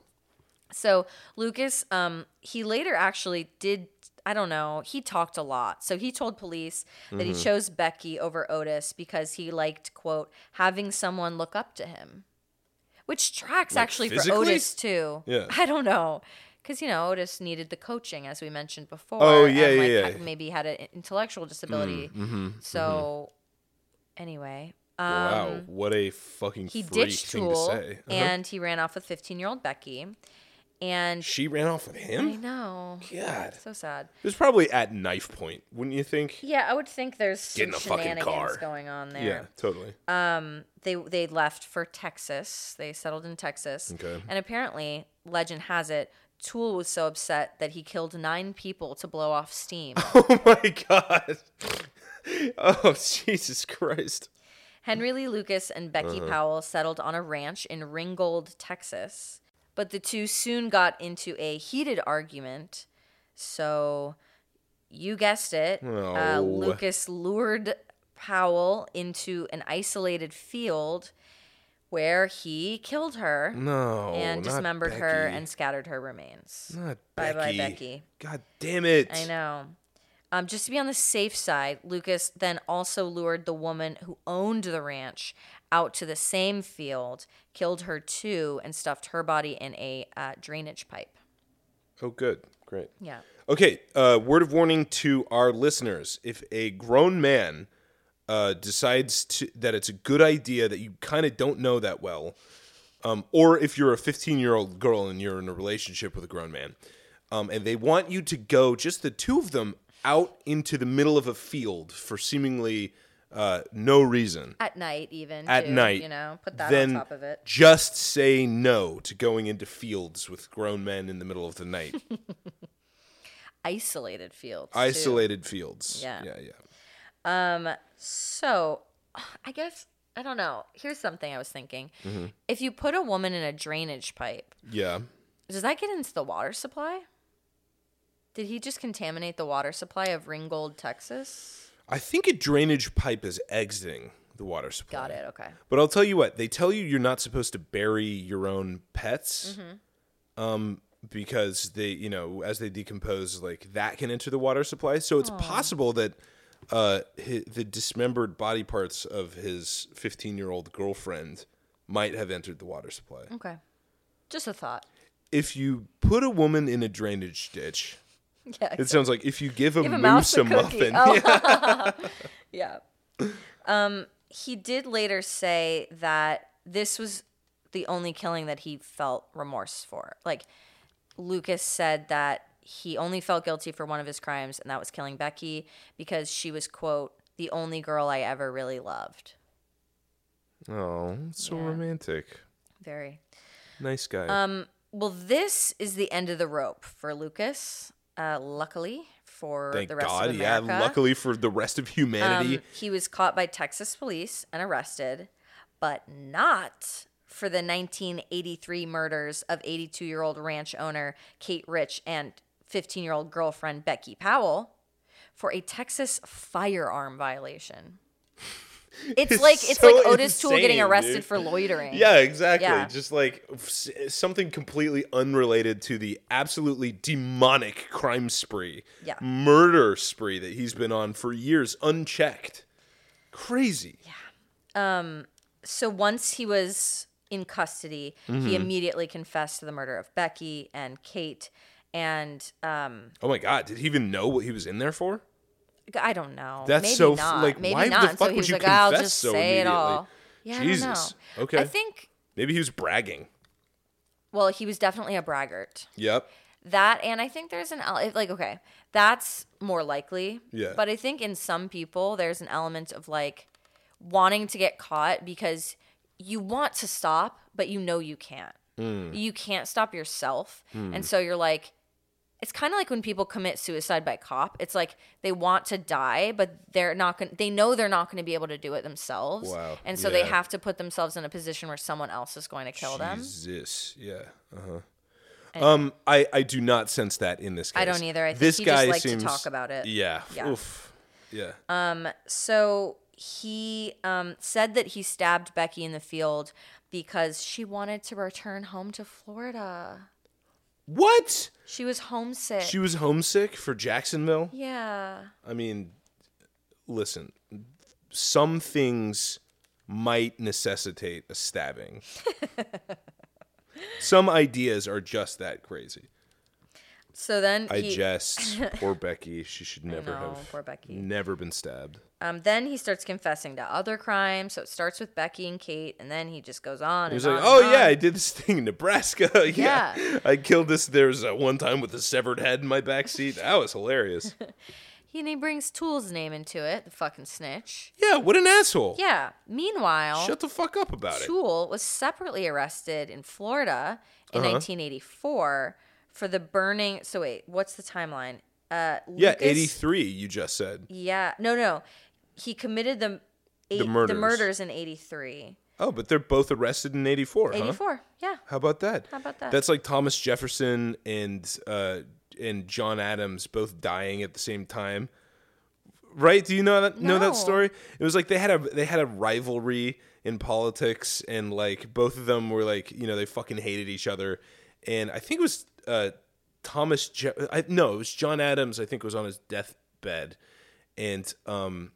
So Lucas, um, he later actually did. I don't know. He talked a lot. So he told police that
Mm-hmm.
he chose Becky over Otis because he liked, quote, having someone look up to him, which tracks actually
physically?
for Otis too.
Yeah.
I don't know. Because, you know, Otis needed the coaching, as we mentioned before.
Oh, yeah,
and,
yeah,
like,
yeah. Mm-hmm.
Maybe had an intellectual disability. so, anyway. Um,
wow, what a fucking
he
freak
ditched
thing to
Tool
say. Uh-huh.
and he ran off with 15 year old Becky. And
she ran off with
I
him.
know.
God, it
So sad.
was probably at knife point, wouldn't you think?
Yeah, I would think there's
Get in
some
the fucking car.
shenanigans going on there. Uh Um,
Yeah, totally.
They they left for Texas. They settled in Texas.
Okay.
And apparently, legend has it, Tool was so upset that he killed nine people to blow off steam.
oh my god. Oh Jesus Christ.
Henry Lee Lucas and Becky
Uh-huh.
Powell settled on a ranch in Ringgold, Texas. But the two soon got into a heated argument. So, you guessed it. Uh,
No.
Lucas lured Powell into an isolated field where he killed her
No.
and
not
dismembered her
Becky.
and scattered her remains.
Not
Bye
Becky.
bye, Becky.
God damn it.
I know. Um, just to be on the safe side, Lucas then also lured the woman who owned the ranch out to the same field, killed her too, and stuffed her body in a uh, drainage pipe.
Oh, good. Great.
Yeah.
Okay, uh, word of warning to our listeners: if a grown man uh, decides to, that it's a good idea that you kind of don't know that well, um, or if you're a 15 year old girl and you're in a relationship with a grown man, um, and they want you to go just the two of them out into the middle of a field for seemingly uh, no reason
At night, even.
at
too,
night,
You know, put that
then
on top of it.
Just say no to going into fields with grown men in the middle of the night.
Isolated fields. too.
isolated fields.
Yeah.
yeah, yeah.
So, I guess, I don't know. Here's something I was thinking.
Mm-hmm.
If you put a woman in a drainage pipe,
Yeah.
Does that get into the water supply? Did he just contaminate the water supply of Ringgold, Texas?
I think a drainage pipe is exiting the water supply.
Got it. Okay.
But I'll tell you what, they tell you you're not supposed to bury your own pets. Um
Mm-hmm.
because they, you know, as they decompose, like that can enter the water supply. So it's possible that uh, hi the dismembered body parts of his 15 year old girlfriend might have entered the water supply.
Okay. Just a thought.
If you put a woman in a drainage ditch,
Yeah.
it sounds like if you give a
Give a
moose
mouse
a,
a cookie.
muffin,
Oh.
yeah.
Yeah. Um, he did later say that this was the only killing that he felt remorse for. Like Lucas said that he only felt guilty for one of his crimes, and that was killing Becky because she was quote the only girl I ever really loved.
Oh, so romantic.
Very.
Nice guy.
Um, Well, this is the end of the rope for Lucas. Uh, luckily for
Thank
the rest
God.
of
Yeah,
America,
luckily for the rest of humanity.
um, he was caught by Texas police and arrested, but not for the 1983 murders of 82-year-old ranch owner Kate Rich and 15-year-old girlfriend Becky Powell for a Texas firearm violation. It's,
It's
like it's
so
like Otis Tool getting
insane,
arrested
dude.
for loitering.
yeah, exactly.
Yeah.
Just like f- something completely unrelated to the absolutely demonic crime spree,
Yeah.
murder spree that he's been on for years, unchecked. Crazy.
so once he was in custody,
Mm-hmm.
he immediately confessed to the murder of Becky and Kate. And um,
Oh my God! Did he even know what he was in there for?
I don't know.
That's
Maybe
so f-
not.
like,
Maybe
why the
not. And
fuck
so he
would
was
you
like, "Oh, I'll
confess
just
so
say it
immediately?
all. Yeah, I
Jesus.
don't know.
Okay.
I think.
Maybe he was bragging.
Well, he was definitely a braggart.
Yep.
That and I think there's an ele- if, like okay, that's more likely.
Yeah.
But I think in some people there's an element of like wanting to get caught because you want to stop, but you know you can't.
Hmm.
You can't stop yourself, and so you're like. It's kind of like when people commit suicide by cop. It's like they want to die, but they're not going. to They know they're not going to be able to do it themselves,
Wow.
and so they
Yeah.
have to put themselves in a position where someone else is going to kill them.
Jesus. Yeah. Uh huh. Um, I I do not sense that in this case.
I don't either. I think
this
he just
guy
liked to
seems
talk about it.
Yeah.
Uh, Yeah.
Oof. Yeah.
So he um, said that he stabbed Becky in the field because she wanted to return home to Florida.
what?
She was homesick.
She was homesick for Jacksonville.
yeah.
I mean, listen, some things might necessitate a stabbing. some ideas are just that crazy.
So then
I
he,
jest. Poor Becky. She should never
know,
have.
poor Becky.
Never been stabbed.
um, then he starts confessing to other crimes. So it starts with Becky and Kate, and then he just goes on.
He was
and
like,
on
"Oh
and
yeah,
on."
I did this thing in Nebraska. yeah.
Yeah.
I killed this. There was uh, one time with a severed head in my back seat. That was hilarious.
He, and he brings Tool's name into it, the fucking snitch.
yeah, what an asshole.
Yeah. Meanwhile,
Shut the fuck up about it.
Tool was separately arrested in Florida in
Uh-huh.
1984 for the burning. So wait, what's the timeline? Uh,
Yeah,
Lucas-
eighty three. You just said.
Yeah, no, no, he committed the eight, the, murders.
murders.
in 83,
Oh, but they're both arrested in eighty four. Huh?
84. Yeah,
How about that? How
about that?
That's like Thomas Jefferson and uh, and John Adams both dying at the same time. Right? Do you know that know
No.
that story? It was like they had a they had a rivalry in politics, and like both of them were like you know they fucking hated each other, and I think it was uh, Thomas. Je- I, no, it was John Adams. I think was on his deathbed, and um,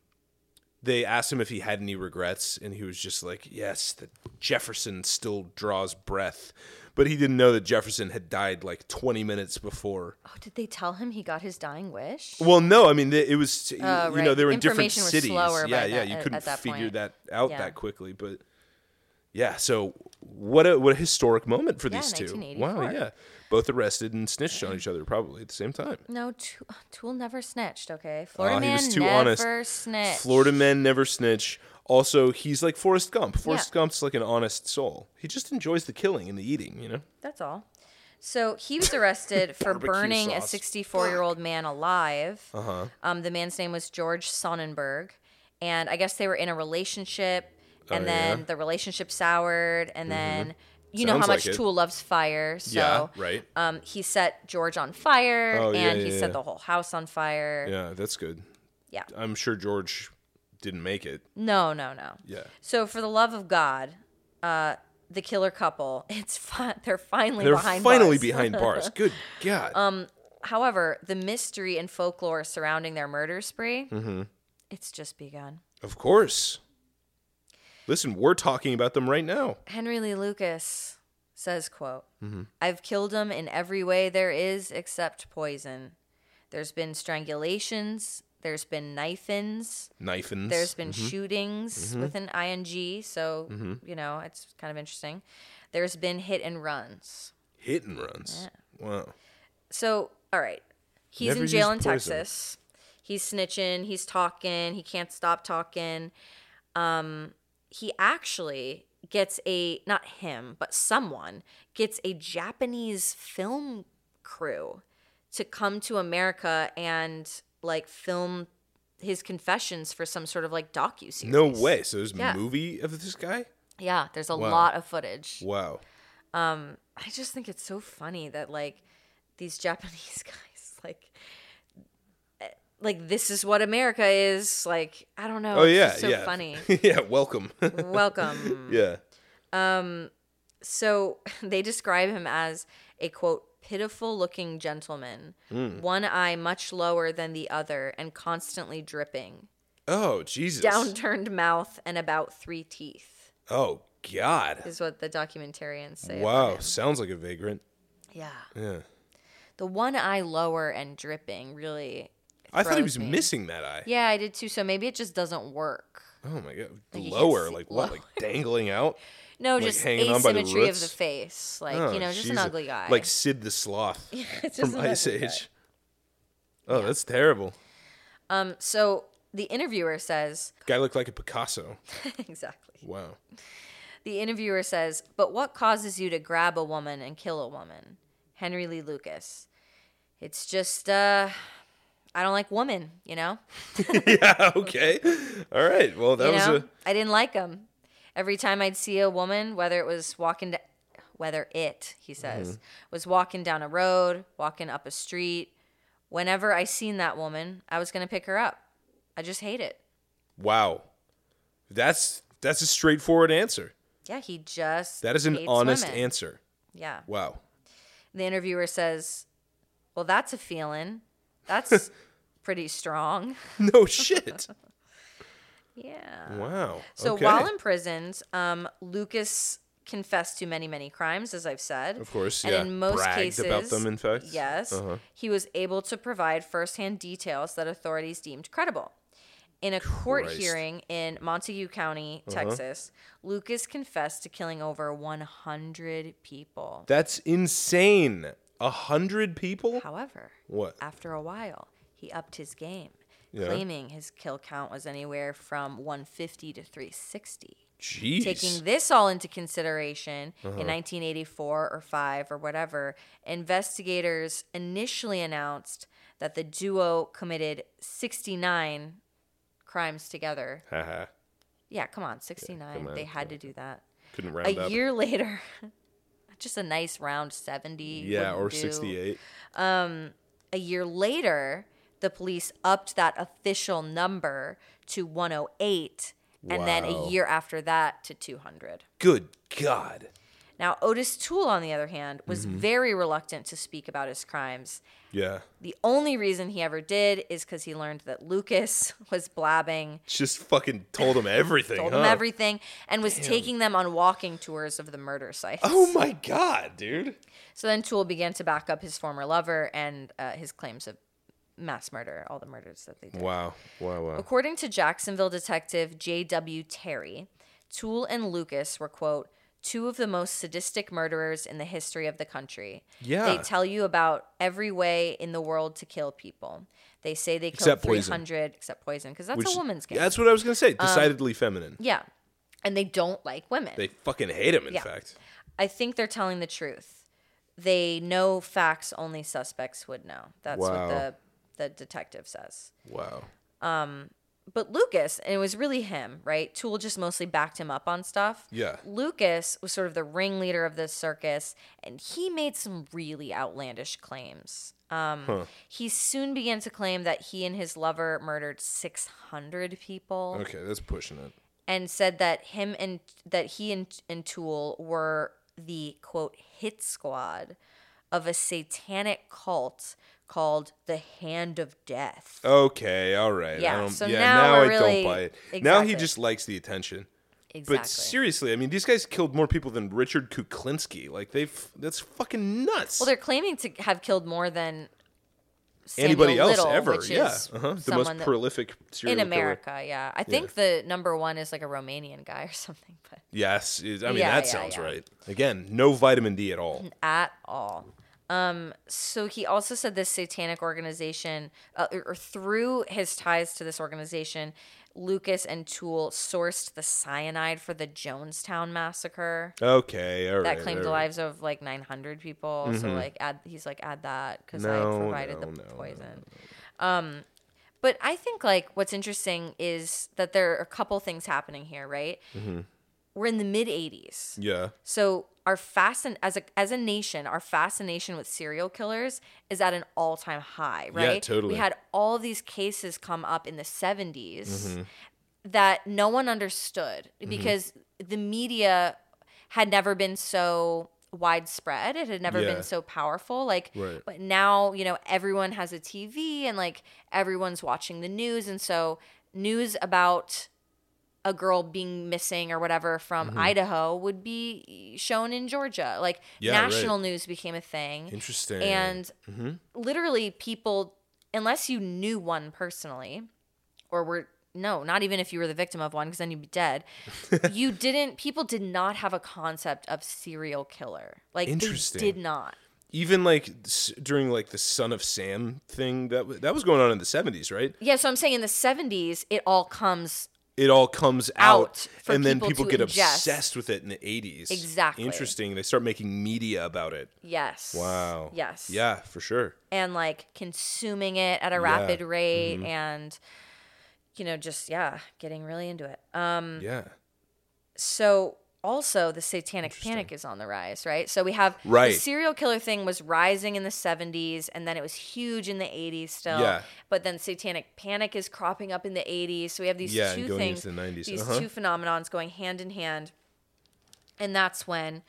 they asked him if he had any regrets, and he was just like, "Yes, that Jefferson still draws breath," but he didn't know that Jefferson had died like 20 minutes before.
Oh, did they tell him he got his dying wish?
Well, no, I mean they, it was you,
Oh,
you know
right.
they were in different
Information was
cities.
slower
yeah,
by
yeah,
that-
you
at-
couldn't
at that
figure
point.
that out
Yeah.
that quickly, but yeah. So what a what a historic moment for
Yeah,
these two. Wow,
1984.
yeah, both arrested and snitched on each other probably at the same time.
No, Tool, Tool never snitched. Okay, Florida
Oh, he
man
was too honest.
never snitched.
Florida men never snitch. Also, he's like Forrest Gump. Forrest
Yeah.
Gump's like an honest soul. He just enjoys the killing and the eating, you know?
That's all. So he was arrested for
Barbecue
burning
sauce.
a 64 year old man alive. Uh-huh. Um, the man's name was George Sonnenberg. And I guess they were in a relationship. And
Oh,
then
yeah. Mm-hmm.
the relationship soured. And then you know
Sounds
how much
like it.
Tool loves fire. So
Yeah, right.
um, he set George on fire.
Oh, yeah,
and he
yeah,
set
yeah.
the whole house on fire.
Yeah, that's good.
Yeah.
I'm sure George didn't make it.
No, no, no.
Yeah.
So for the love of God, uh, the killer couple, it's fi- they're finally
They're
behind
finally
bars. Um,
behind bars. Good God.
However, the mystery and folklore surrounding their murder spree, it's just begun.
of course. Listen, we're talking about them right now.
Henry Lee Lucas says, quote, I've killed him in every way there is except poison. There's been strangulations. There's been knifings.
Knifins.
There's been shootings with an ing. So, you know, it's kind of interesting. There's been hit and runs.
hit and runs. Wow.
So, all right. He's
Never
in jail in
used poison.
Texas. He's snitching. He's talking. He can't stop talking. Um, he actually gets a, not him, but someone gets a Japanese film crew to come to America and like film his confessions for some sort of like docu series.
No way. So there's
Yeah.
a movie of this guy?
Yeah, there's a
Wow.
lot of footage.
Wow.
I just think it's so funny that like these Japanese guys like eh, like this is what America is like I don't know
Oh,
it's
yeah.
just so
yeah.
funny
yeah, welcome.
welcome
yeah.
so they describe him as a quote pitiful looking gentleman
Hmm.
one eye much lower than the other and constantly dripping
Oh, Jesus.
downturned mouth and about 3 teeth
Oh, God.
is what the documentarians say about
Wow,
him.
sounds like a vagrant.
yeah
Yeah.
the one eye lower and dripping really
I thought he
throws
was
me.
missing that eye.
Yeah, I did too. So maybe it just doesn't work.
Oh my god.
Like you can't
lower,
see-
like what? Like dangling out?
No,
Like
just
hanging on by the
asymmetry of the
roots?
face. Like,
Oh,
you know, just an
Jesus.
ugly guy.
Like Sid the Sloth
It's just
from
an
Ice
ugly guy.
Age. Oh, that's terrible.
Um, so the interviewer says,
Guy looked like a Picasso.
exactly.
Wow.
The interviewer says, but what causes you to grab a woman and kill a woman? Henry Lee Lucas. It's just, uh, I don't like women, you know?
yeah, okay. All right. Well, that
you
was
know?
a
I didn't like them. Every time I'd see a woman, whether it was walking to, whether it, he says,
Mm-hmm.
was walking down a road, walking up a street, whenever I seen that woman, I was going to pick her up. I just hate it.
wow. That's that's a straightforward answer.
Yeah, he just
That is an
hates
honest
women.
answer.
Yeah.
Wow.
The interviewer says, "Well, that's a feeling. That's pretty strong."
No shit.
Yeah.
wow.
So
okay.
while imprisoned, um, Lucas confessed to many, many crimes, as I've said.
Of course,
and
yeah.
in most
Bragged
cases,
about them, in fact. Uh-huh.
Yes, he was able to provide firsthand details that authorities deemed credible. In a court
Christ. Uh-huh.
hearing in Montague County, Texas, Lucas confessed to killing over 100 people.
That's insane. A hundred people?
However,
What?
after a while, he upped his game,
Yeah.
claiming his kill count was anywhere from 150 to 360.
Jeez. Uh-huh.
Taking this all into consideration in 1984 or 5 or whatever, investigators initially announced that the duo committed 69 crimes together.
Haha.
Yeah, come on, 69.
come on,
they had to do that.
Couldn't
A
round up.
year later, just a nice round 70.
yeah,
wouldn't
or
do.
68.
A year later, the police upped that official number to 108 and then
Wow.
a year after that to 200.
Good God.
Now, Otis Toole, on the other hand, was very reluctant to speak about his crimes.
Yeah.
The only reason he ever did is because he learned that Lucas was blabbing,
Just fucking told him everything.
told
huh?
him everything, and was taking them on walking tours of the murder sites.
Oh my God, dude.
So then Toole began to back up his former lover and uh, his claims of mass murder, all the murders that they did.
Wow. Wow, wow.
According to Jacksonville detective J.W. Terry, Toole and Lucas were, quote, two of the most sadistic murderers in the history of the country.
Yeah.
They tell you about every way in the world to kill people. They say they killed
Except poison.
300, except poison, because that's a woman's game. Um,
That's what I was going to say. Decidedly feminine.
yeah. And they don't like women.
They fucking hate him, in
Yeah.
fact.
I think they're telling the truth. They know facts only suspects would know. That's
Wow.
what the, the detective says.
Wow.
But Lucas, and it was really him, right? Tool just mostly backed him up on stuff.
Yeah.
Lucas was sort of the ringleader of this circus, and he made some really outlandish claims. Um, He soon began to claim that he and his lover murdered 600 people
Okay, that's pushing it.
and said that him and that he and, and Tool were the quote hit squad of a satanic cult called the Hand of Death.
Uh, Okay, all right.
Yeah,
I don't,
so
yeah,
now
now, I
we're really-
don't buy it. Now he
Exactly.
just likes the attention.
exactly.
But seriously, I mean, these guys killed more people than Richard Kuklinski. Like, they've that's fucking nuts.
Well, they're claiming to have killed more than Samuel
Anybody else
Little,
ever?
Which
Yeah,
is
uh-huh. the
someone
most
that-
prolific serial
in
killer.
America. Yeah, I think the number one is like a Romanian guy or something, but
Yes, it- I mean
Yeah,
that
yeah,
sounds
yeah.
right. Again, no vitamin D at all.
at all. Um, so he also said this satanic organization, uh, or, or through his ties to this organization, Lucas and Tool sourced the cyanide for the Jonestown massacre
Okay, all right.
that claimed
all
the
right.
lives of like 900 people. So like, add he's like add that because
Mm-hmm. No,
I provided
no,
the
no, no,
poison. Um, but I think like what's interesting is that there are a couple things happening here, right?
Mm-hmm.
We're in the mid 80s.
Yeah.
So our fascin as a as a nation, our fascination with serial killers is at an all time high,
Yeah,
right?
totally.
We had all these cases come up in the 70s
Mm-hmm.
that no one understood because the media had never been so widespread. It had never
Yeah.
been so powerful. Like
Right.
but now, you know, everyone has a TV and like everyone's watching the news and so news about a girl being missing or whatever from
Mm-hmm.
Idaho would be shown in Georgia. Like
Yeah, right.
national news became a thing.
Interesting. Mm-hmm.
And literally, people, unless you knew one personally, or were no, not even if you were the victim of one, because then you'd be dead. you didn't. People did not have a concept of serial killer. Like
Interesting.
they did not.
even like s- during like the Son of Sam thing that w- that was going on in the 70s, right?
Yeah. So I'm saying in the '70s, it all comes
It all comes out,
Out for
and then people
people
get
to ingest.
obsessed with it in the 80s.
Exactly.
Interesting. They start making media about it.
yes.
Wow.
Yes.
Yeah, for sure.
and like consuming it at a rapid rate
Mm-hmm.
and you know just yeah getting really into it um
Yeah.
so also the satanic panic is on the rise right so we have
Right.
the serial killer thing was rising in the 70s and then it was huge in the 80s still
Yeah.
but then satanic panic is cropping up in the 80s so we have these
Yeah, and
two
going
things
into the 90s.
these
Uh-huh.
two phenomenons going hand in hand and that's when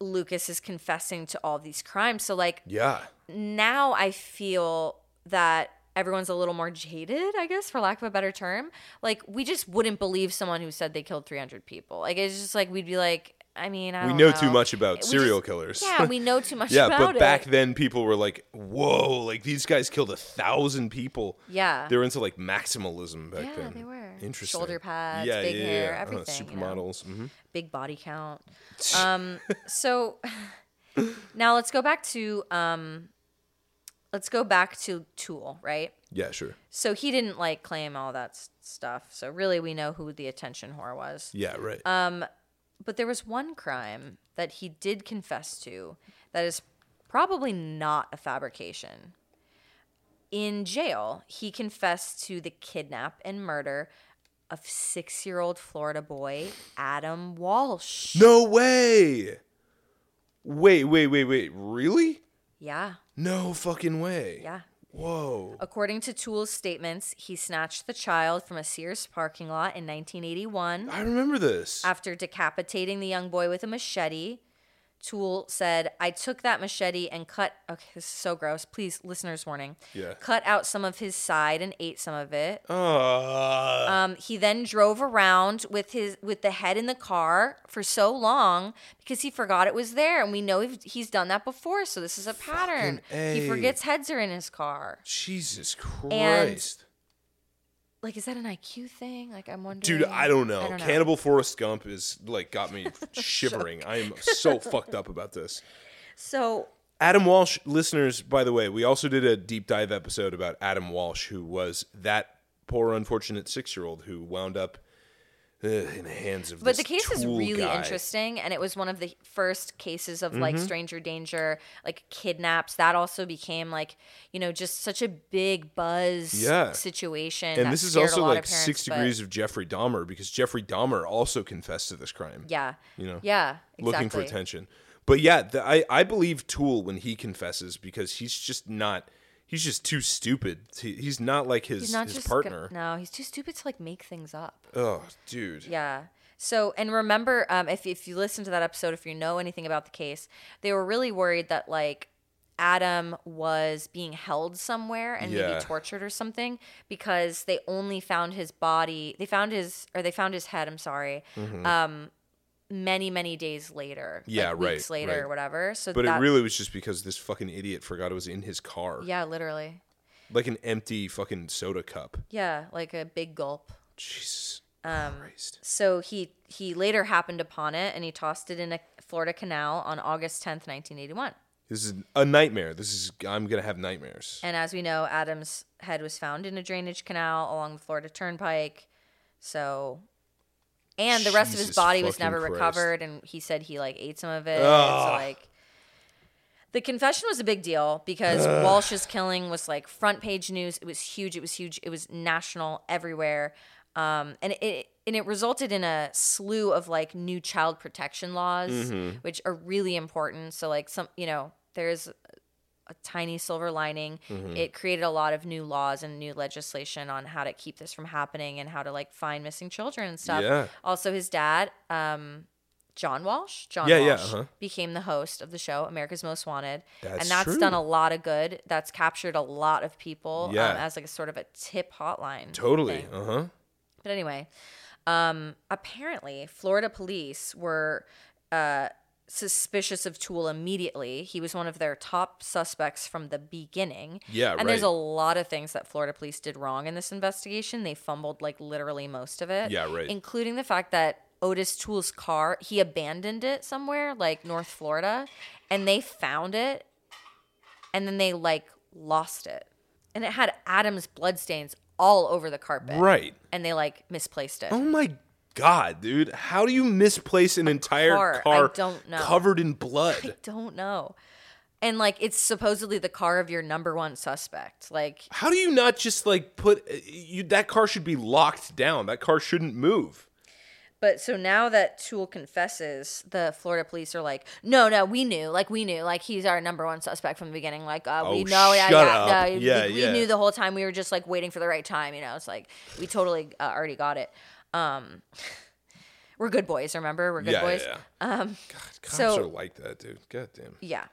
lucas is confessing to all these crimes so like
Yeah.
now I feel that everyone's a little more jaded, I guess, for lack of a better term. Like we just wouldn't believe someone who said they killed 300 people. Like it's just like we'd be like, I mean, I
We
don't
know too much
We
about
just-
serial killers.
Yeah, we know too much
Yeah,
about
but
it.
back then people were like, "Whoa! Like these guys killed a thousand people."
Yeah.
they were into like maximalism back
Yeah,
then.
they were.
Interesting.
Shoulder pads, big hair, everything, you know?
Uh-huh, supermodels. mhm.
big body count. Um, so now let's go back to um, let's go back to Tool, right?
Yeah, sure.
So he didn't like claim all that s- stuff. So really, we know who the attention whore was.
Yeah, right.
But there was one crime that he did confess to that is probably not a fabrication. In jail, he confessed to the kidnap and murder of six year old Florida boy Adam Walsh.
no way. Wait, wait, wait, wait. Really?
Yeah,
No fucking way.
yeah.
Whoa.
According to Toole's statements, he snatched the child from a Sears parking lot in 1981
I remember this.
after decapitating the young boy with a machete. Tool said, I took that machete and cut. Okay, this is so gross. Please, listeners, warning.
Yeah.
Cut out some of his side and ate some of it.
Uh,
Um, he then drove around with his with the head in the car for so long because he forgot it was there, and we know he've, he's done that before. So this is a pattern. He
A.
forgets heads are in his car.
Jesus Christ.
Like, is that an IQ thing? Like, I'm wondering.
Dude, I don't know.
I don't know.
Cannibal Forrest Gump is like got me shivering. I am so fucked up about this.
So
Adam Walsh, listeners, by the way, we also did a deep dive episode about Adam Walsh, who was that poor, unfortunate six year old who wound up uh, in the hands of
But
this
the case is
tool
really
guy. Mm-hmm.
interesting, and it was one of the first cases of like stranger danger, like kidnaps. That also became like you know just such a big buzz
Yeah.
situation.
And
that
this is
scared a
also
lot of
like six
parents, but-
degrees of Jeffrey Dahmer because Jeffrey Dahmer also confessed to this crime.
Yeah,
You know,
yeah, exactly.
looking for attention. But yeah, the, I I believe Tool when he confesses because he's just not he's just too stupid. He, he's not like his
He's not
his
just gonna-
partner.
no, he's too stupid to like make things up.
Oh, dude.
Yeah. So, and remember, um, if, if you listen to that episode, if you know anything about the case, they were really worried that, like, Adam was being held somewhere and
Yeah.
maybe tortured or something because they only found his body. They found his, or they found his head, I'm sorry, um, many, many days later. like,
Mm-hmm. Yeah, right,
Weeks later or
right.
whatever. So
But
that,
it really was just because this fucking idiot forgot it was in his car.
yeah, literally.
Like an empty fucking soda cup.
Yeah, like a big gulp.
Jesus
Um,
Christ.
So he he later happened upon it and he tossed it in a Florida canal on August 10th, 1981.
This is a nightmare. This is I'm gonna have nightmares.
And as we know, Adam's head was found in a drainage canal along the Florida Turnpike. So and the rest of his
Jesus
body was
fucking
never
Christ.
recovered and he said he like ate some of it. So
Ugh.
like the confession was a big deal because Walsh's killing was like front page news. It was huge. It was huge. It was national everywhere. Um, and it and it resulted in a slew of like new child protection laws,
Mm-hmm.
which are really important. So like some you know there's a tiny silver lining.
Mm-hmm.
It created a lot of new laws and new legislation on how to keep this from happening and how to like find missing children and stuff.
Yeah.
Also, his dad, um, John Walsh, John
Yeah, yeah,
Walsh
uh-huh.
became the host of the show America's Most Wanted,
That's
and that's
true.
done a lot of good. That's captured a lot of people
Yeah.
um, as like a sort of a tip hotline.
Totally.
thing.
Uh huh.
But anyway, um, apparently, Florida police were uh, suspicious of Tool immediately. He was one of their top suspects from the beginning.
Yeah,
And there's a
right.
lot of things that Florida police did wrong in this investigation. They fumbled like literally most of it.
Yeah, right.
Including the fact that Otis Tool's car, he abandoned it somewhere, like North Florida, and they found it and then they like lost it. And it had Adam's bloodstains all over the carpet
Right.
and they like misplaced it.
Oh my god, dude. How do you misplace an entire
car, I
car,
don't know.
covered in blood?
I don't know. And like it's supposedly the car of your number one suspect. Like
How do you not just like put uh, you that car should be locked down. That car shouldn't move.
but so now that Tool confesses, the Florida police are like, "No, no, we knew. Like we knew. Like he's our number one suspect from the beginning. Like uh, we
Oh,
know. Yeah,
shut
yeah,
up.
no, we-
Yeah,
we,
yeah.
knew the whole time. We were just like waiting for the right time, you know. It's like we totally uh, already got it. Um We're good boys, remember? We're good
yeah,
boys. Um,
yeah, yeah. god, cops
so-
are like that, dude. God damn.
Yeah.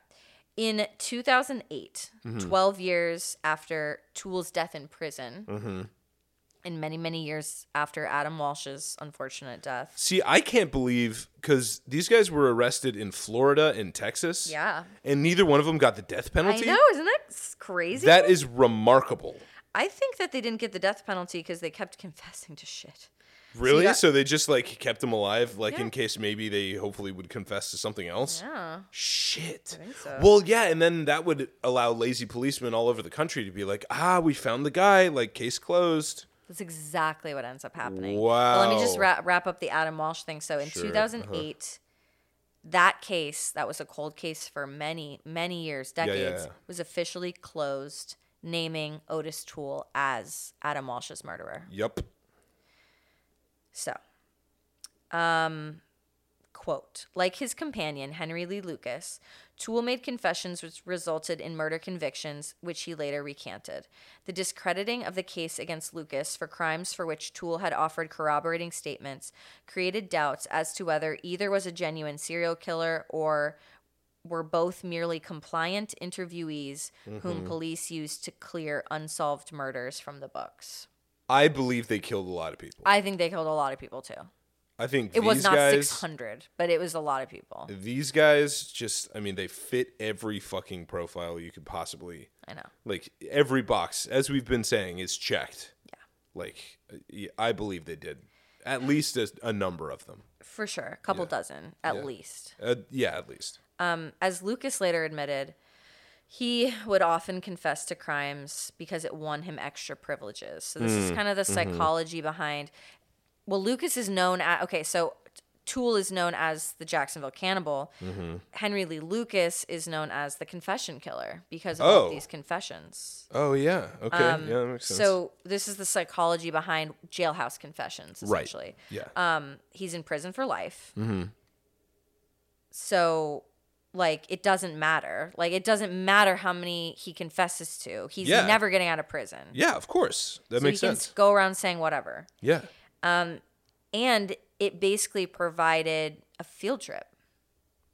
In 2008,
Mm-hmm.
12 years after Tool's death in prison,
Mm-hmm.
and many, many years after Adam Walsh's unfortunate death.
See, I can't believe because these guys were arrested in Florida and Texas.
Yeah.
And neither one of them got the death
I
penalty.
know, isn't that s- crazy?
That is remarkable.
I think that they didn't get the death penalty because they kept confessing to shit.
Really? So,
got-
they just like kept him alive, like
Yeah.
in case maybe they hopefully would confess to something else.
Yeah.
Shit.
think so.
Well, yeah, and then that would allow lazy policemen all over the country to be like, ah, we found the guy, like case closed.
That's exactly what ends up happening. But let me just
Wow.
wrap, wrap up the Adam Walsh thing. So in
Sure, Uh-huh.
2008, that case, that was a cold case for many, many years,
yeah,
decades,
yeah.
was officially closed, naming Otis Toole as Adam Walsh's murderer.
Yep.
So, um, Quote, like his companion, Henry Lee Lucas, Toole made confessions which resulted in murder convictions, which he later recanted. The discrediting of the case against Lucas for crimes for which Toole had offered corroborating statements created doubts as to whether either was a genuine serial killer or were both merely compliant interviewees whom police used to clear unsolved murders from the books.
I believe they killed a lot of people.
I think they killed a lot of people too.
I think
It
these
was not
guys,
600, but it was a lot of people.
these guys just, I mean, they fit every fucking profile you could possibly.
I know.
Like every box, as we've been saying, is checked.
Yeah.
Like y- I believe they did at least a, a number of them.
For sure. A couple dozen, at least.
Uh, yeah, at least.
As Lucas later admitted, he would often confess to crimes because it won him extra privileges. So this is
Mm,
kind of the
mm-hmm.
psychology behind. Well, Lucas is known as okay, so Tool is known as the Jacksonville Cannibal.
Mm-hmm.
Henry Lee Lucas is known as the Confession Killer because of all
Oh.
these confessions.
Oh yeah. Okay. yeah, that makes sense.
Um, So this is the psychology behind jailhouse confessions,
right.
essentially
Yeah.
um, he's in prison for life.
Mm-hmm.
So, like, it doesn't matter. Like, it doesn't matter how many he confesses to. He's
Yeah.
never getting out of prison.
yeah, of course. That
so
makes
he can
sense.
go around saying whatever.
yeah.
And it basically provided a field trip.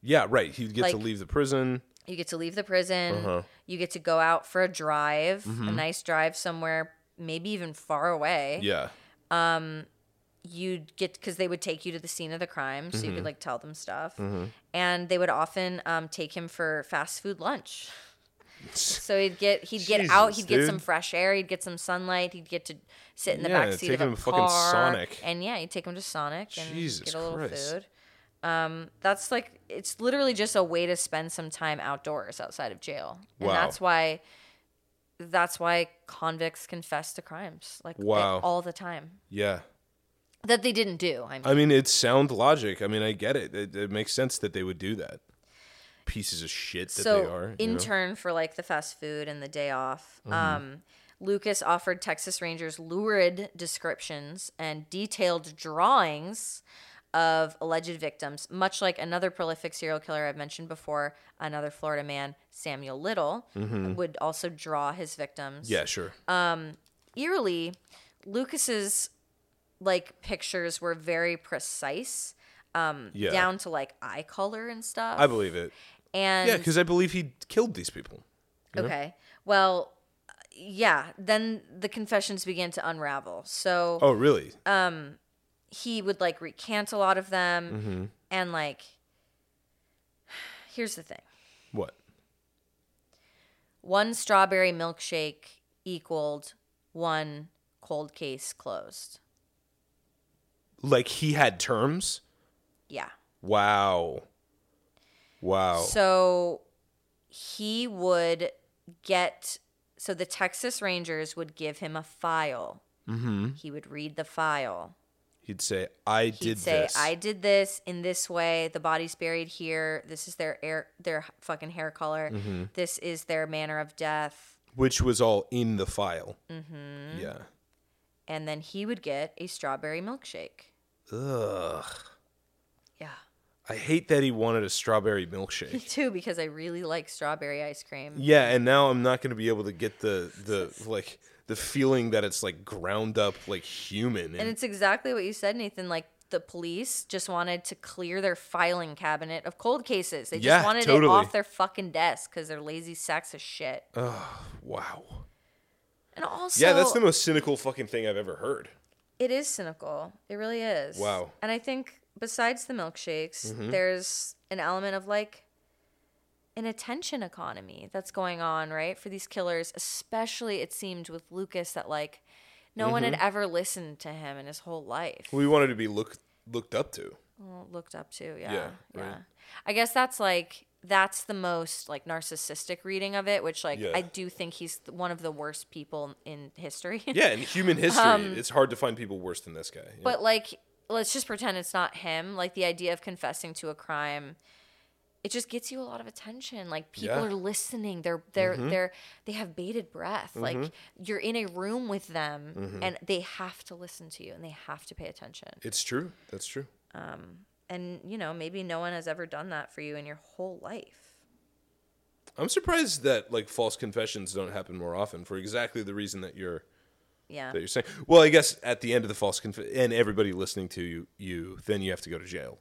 Yeah, right. He gets to
like-
leave the prison.
You get to leave the prison.
Uh-huh.
You get to go out for a drive,
Mm-hmm.
a nice drive somewhere, maybe even far away.
Yeah.
you get because they would take you to the scene of the crime so you
Mm-hmm.
could like tell them stuff and they would often um, take him for fast food lunch so he'd get he'd get out
Jesus,
he'd get some
dude.
fresh air he'd get some sunlight he'd get to sit in the
Yeah,
back seat
take
of a
him to fucking
car
Sonic.
and yeah he'd take him to Sonic and
Jesus
get a little
Christ.
food um, that's like it's literally just a way to spend some time outdoors outside of jail and
Wow.
that's why that's why convicts confess to crimes like they-
Wow.
all the time
Yeah.
that they didn't do I mean.
I mean, it's sound logic. I mean, I get it. It, it makes sense that they would do that. Pieces of shit that
so
they are. you know? Mm-hmm.
intern for like the fast food and the day off. Um, Lucas offered Texas Rangers lurid descriptions and detailed drawings of alleged victims, much like another prolific serial killer I've mentioned before, another Florida man, Samuel Little, would also draw his victims
Mm-hmm. Yeah, sure.
um, eerily, Lucas's like pictures were very precise,
yeah.
down to like eye color and stuff.
I believe it.
and
Yeah, because I believe he killed these people.
Okay. Well, uh, yeah. Then the confessions began to unravel. So
Oh, really?
Uh, he would like recant a lot of them. And like, here's the thing
what?
one strawberry milkshake equaled one cold case closed.
Like he had terms?
Yeah.
Wow. Wow.
So he would get so the Texas Rangers would give him a file. Mm-hmm. He would read the file.
He'd say, "I
He'd
did
say,
this."
"I did this in this way. The body's buried here. This is their air, their fucking hair color.
Mm-hmm.
This is their manner of death."
Which was all in the file. Mm-hmm. Yeah.
And then he would get a strawberry milkshake.
Ugh.
Yeah,
I hate that he wanted a strawberry
me
milkshake.
too because I really like strawberry ice cream.
yeah, and now I'm not going to be able to get the the like the feeling that it's like ground up like human.
And
And,
it's exactly what you said, Nathan. Like the police just wanted to clear their filing cabinet of cold cases. They just
Yeah,
wanted it
totally.
off their fucking desk because they're lazy sacks of shit.
wow.
And also,
Yeah, that's the most cynical fucking thing I've ever heard.
It is cynical. It really is.
Wow. Mm-hmm.
And I think besides the milkshakes, there's an element of like an attention economy that's going on, right? For these killers, especially it seemed with Lucas that like no one
Mm-hmm.
had ever listened to him in his whole life.
We wanted to be looked looked up to.
Well, looked up to, yeah. Yeah.
Yeah, right.
I guess that's like that's the most like narcissistic reading of it, which like
Yeah.
I do think he's th- one of the worst people in history.
Yeah, in human history, it's hard to find people worse than this guy. you know?
Um, But like, let's just pretend it's not him. Like the idea of confessing to a crime, it just gets you a lot of attention. Like people
Yeah. Mm-hmm.
are listening. They're they're they're they have bated breath. Like you're in a room with them,
Mm-hmm.
and they have to listen to you, and they have to pay attention.
it's true. That's true.
And, you know, maybe no one has ever done that for you in your whole life.
I'm surprised that like false confessions don't happen more often for exactly the reason that you're
Yeah.
that you're saying. Well, I guess at the end of the false conf- and everybody listening to you, you then you have to go to jail.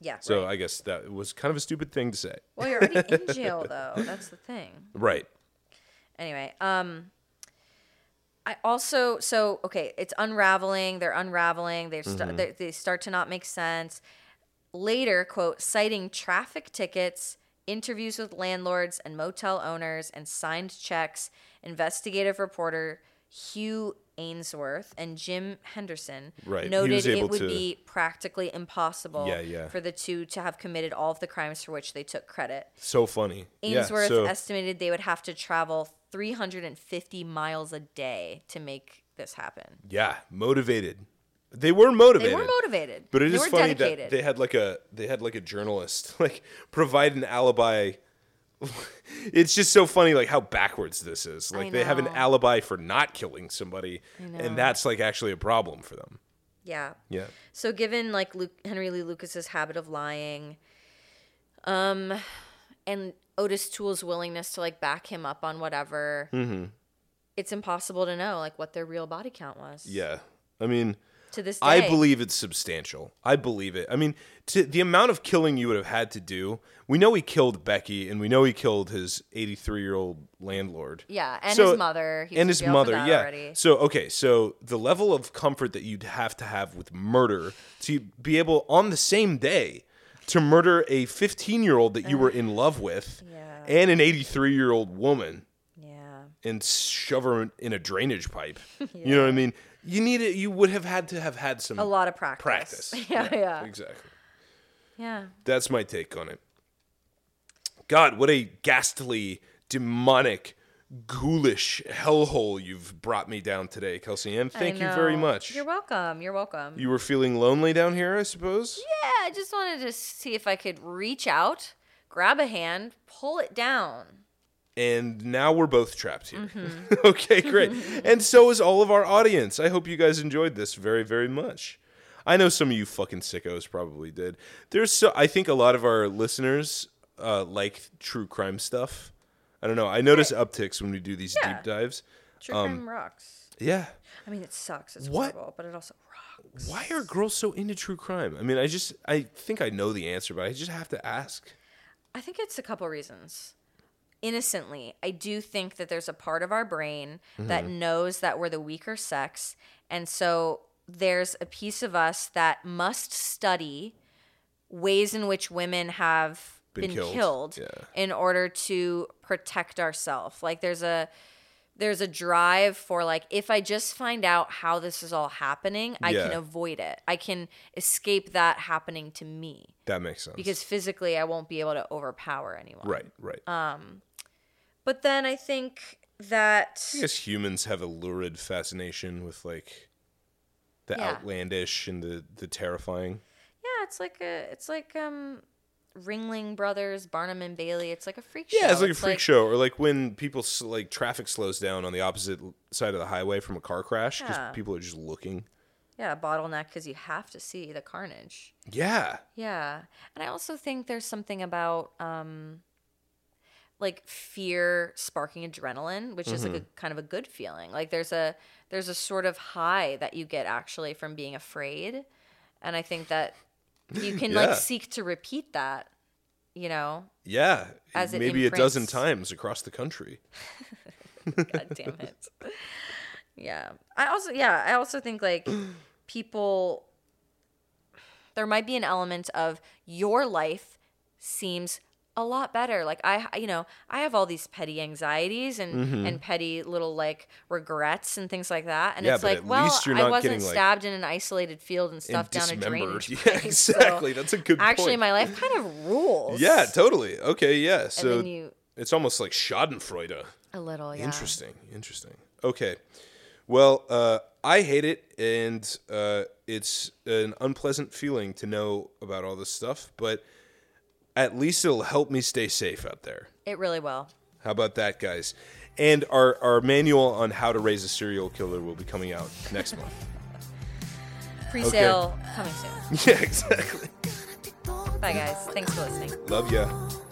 Yeah.
So
right.
I guess that was kind of a stupid thing to say.
Well, you're already in jail, though. That's the thing.
Right.
anyway um i also so okay it's unraveling they're unraveling they're
Mm-hmm.
sta- they they start to not make sense later quote citing traffic tickets interviews with landlords and motel owners and signed checks investigative reporter hugh ainsworth and jim henderson
Right, he
noted
was able
it would
to-
be practically impossible
Yeah, yeah.
for the two to have committed all of the crimes for which they took credit
So funny.
Ainsworth
yeah. So
estimated they would have to travel 350 miles a day to make this happen.
yeah, motivated. They were motivated.
They were motivated.
But it is
they were
funny
dedicated.
that they had like a they had like a journalist like provide an alibi. it's just so funny like how backwards this is. Like they have an
know.
alibi for not killing somebody, and that's like actually a problem for them.
yeah.
Yeah.
So given like Luke, Henry Lee Lucas's habit of lying, um, and Otis Toole's willingness to like back him up on whatever,
Mm-hmm.
it's impossible to know like what their real body count was.
Yeah. I mean,
To this day,
I believe it's substantial. I believe it. I mean, to the amount of killing you would have had to do. We know he killed Becky, and we know he killed his 83 year old landlord.
Yeah, and
So-
his mother. He was in
and his
jail for
mother.
that
Yeah.
already.
So okay, so the level of comfort that you'd have to have with murder to be able on the same day to murder a 15 year old that you were in love with,
Yeah.
and an 83 year old woman
Yeah.
and shove her in- in a drainage pipe. You know what I mean? You need it. You would have had to have had some
A lot of practice.
practice.
Yeah, yeah.
Exactly.
Yeah.
That's my take on it. God, what a ghastly, demonic, ghoulish hellhole you've brought me down today, Kelsey Ann.
I
Thank you very
know.
much.
You're welcome. You're welcome.
You were feeling lonely down here, I suppose?
Yeah, I just wanted to see if I could reach out, grab a hand, pull it down.
And now we're both trapped here.
Mm-hmm.
okay, great. and so is all of our audience. I hope you guys enjoyed this very, very much. I know some of you fucking sickos probably did. There's so I think a lot of our listeners uh, like true crime stuff. I don't know. I notice upticks when we do these
Yeah.
deep dives.
True crime rocks.
Yeah.
I mean, it sucks. It's
Um, what?
horrible, but it also rocks.
Why are girls so into true crime? I mean, I just I think I know the answer, but I just have to ask.
I think it's a couple reasons. Innocently, I do think that there's a part of our brain that knows that we're the weaker sex. And so there's a piece of us that must study ways in which women have
Been
been,
killed.
killed,
Yeah.
in order to protect ourselves. Like there's a there's a drive for like if I just find out how this is all happening, I can
Yeah.
avoid it. I can escape that happening to me
That makes sense.
because physically I won't be able to overpower anyone.
right, right.
But then I think that
I guess humans have a lurid fascination with like the
Yeah.
outlandish and the the terrifying.
yeah, it's like a it's like um Ringling Brothers, Barnum and Bailey. It's like a freak show.
Yeah, it's like a freak show, or like when people s- like traffic slows down on the opposite l- side of the highway from a car crash because
Yeah.
people are just looking.
Yeah, bottleneck because you have to see the carnage.
Yeah,
Yeah, and I also think there's something about um like fear sparking adrenaline, which is like a kind of a good feeling. Like there's a there's a sort of high that you get actually from being afraid, and I think that you can
Yeah.
like seek to repeat that. You know,
yeah.
As it
Maybe a dozen
imprints.
times across the country.
God damn it. Yeah. I also yeah, I also think like people there might be an element of your life seems a lot better. Like I you know, I have all these petty anxieties and
Mm-hmm.
and petty little like regrets and things like that. And
Yeah,
it's
but
like,
at
well,
least you're
I
not
wasn't
getting, like,
stabbed in an isolated field and stuffed down a
dismembered.
drainage.
Yeah,
pipe. So
exactly. That's a good
Actually,
point.
my life kind of rules.
Yeah, totally. Okay, yeah. So
then you-
it's almost like Schadenfreude.
a little, yeah.
Interesting. Interesting. Okay. Well, uh, I hate it, and uh, it's an unpleasant feeling to know about all this stuff, but at least it'll help me stay safe out there.
It really will.
How about that, guys? And our, our manual on how to raise a serial killer will be coming out next month.
Pre-sale coming soon.
yeah, exactly.
Gonna be Bye, guys. Thanks for listening.
Love ya.
Ooh.
Oh, Oh, Oh.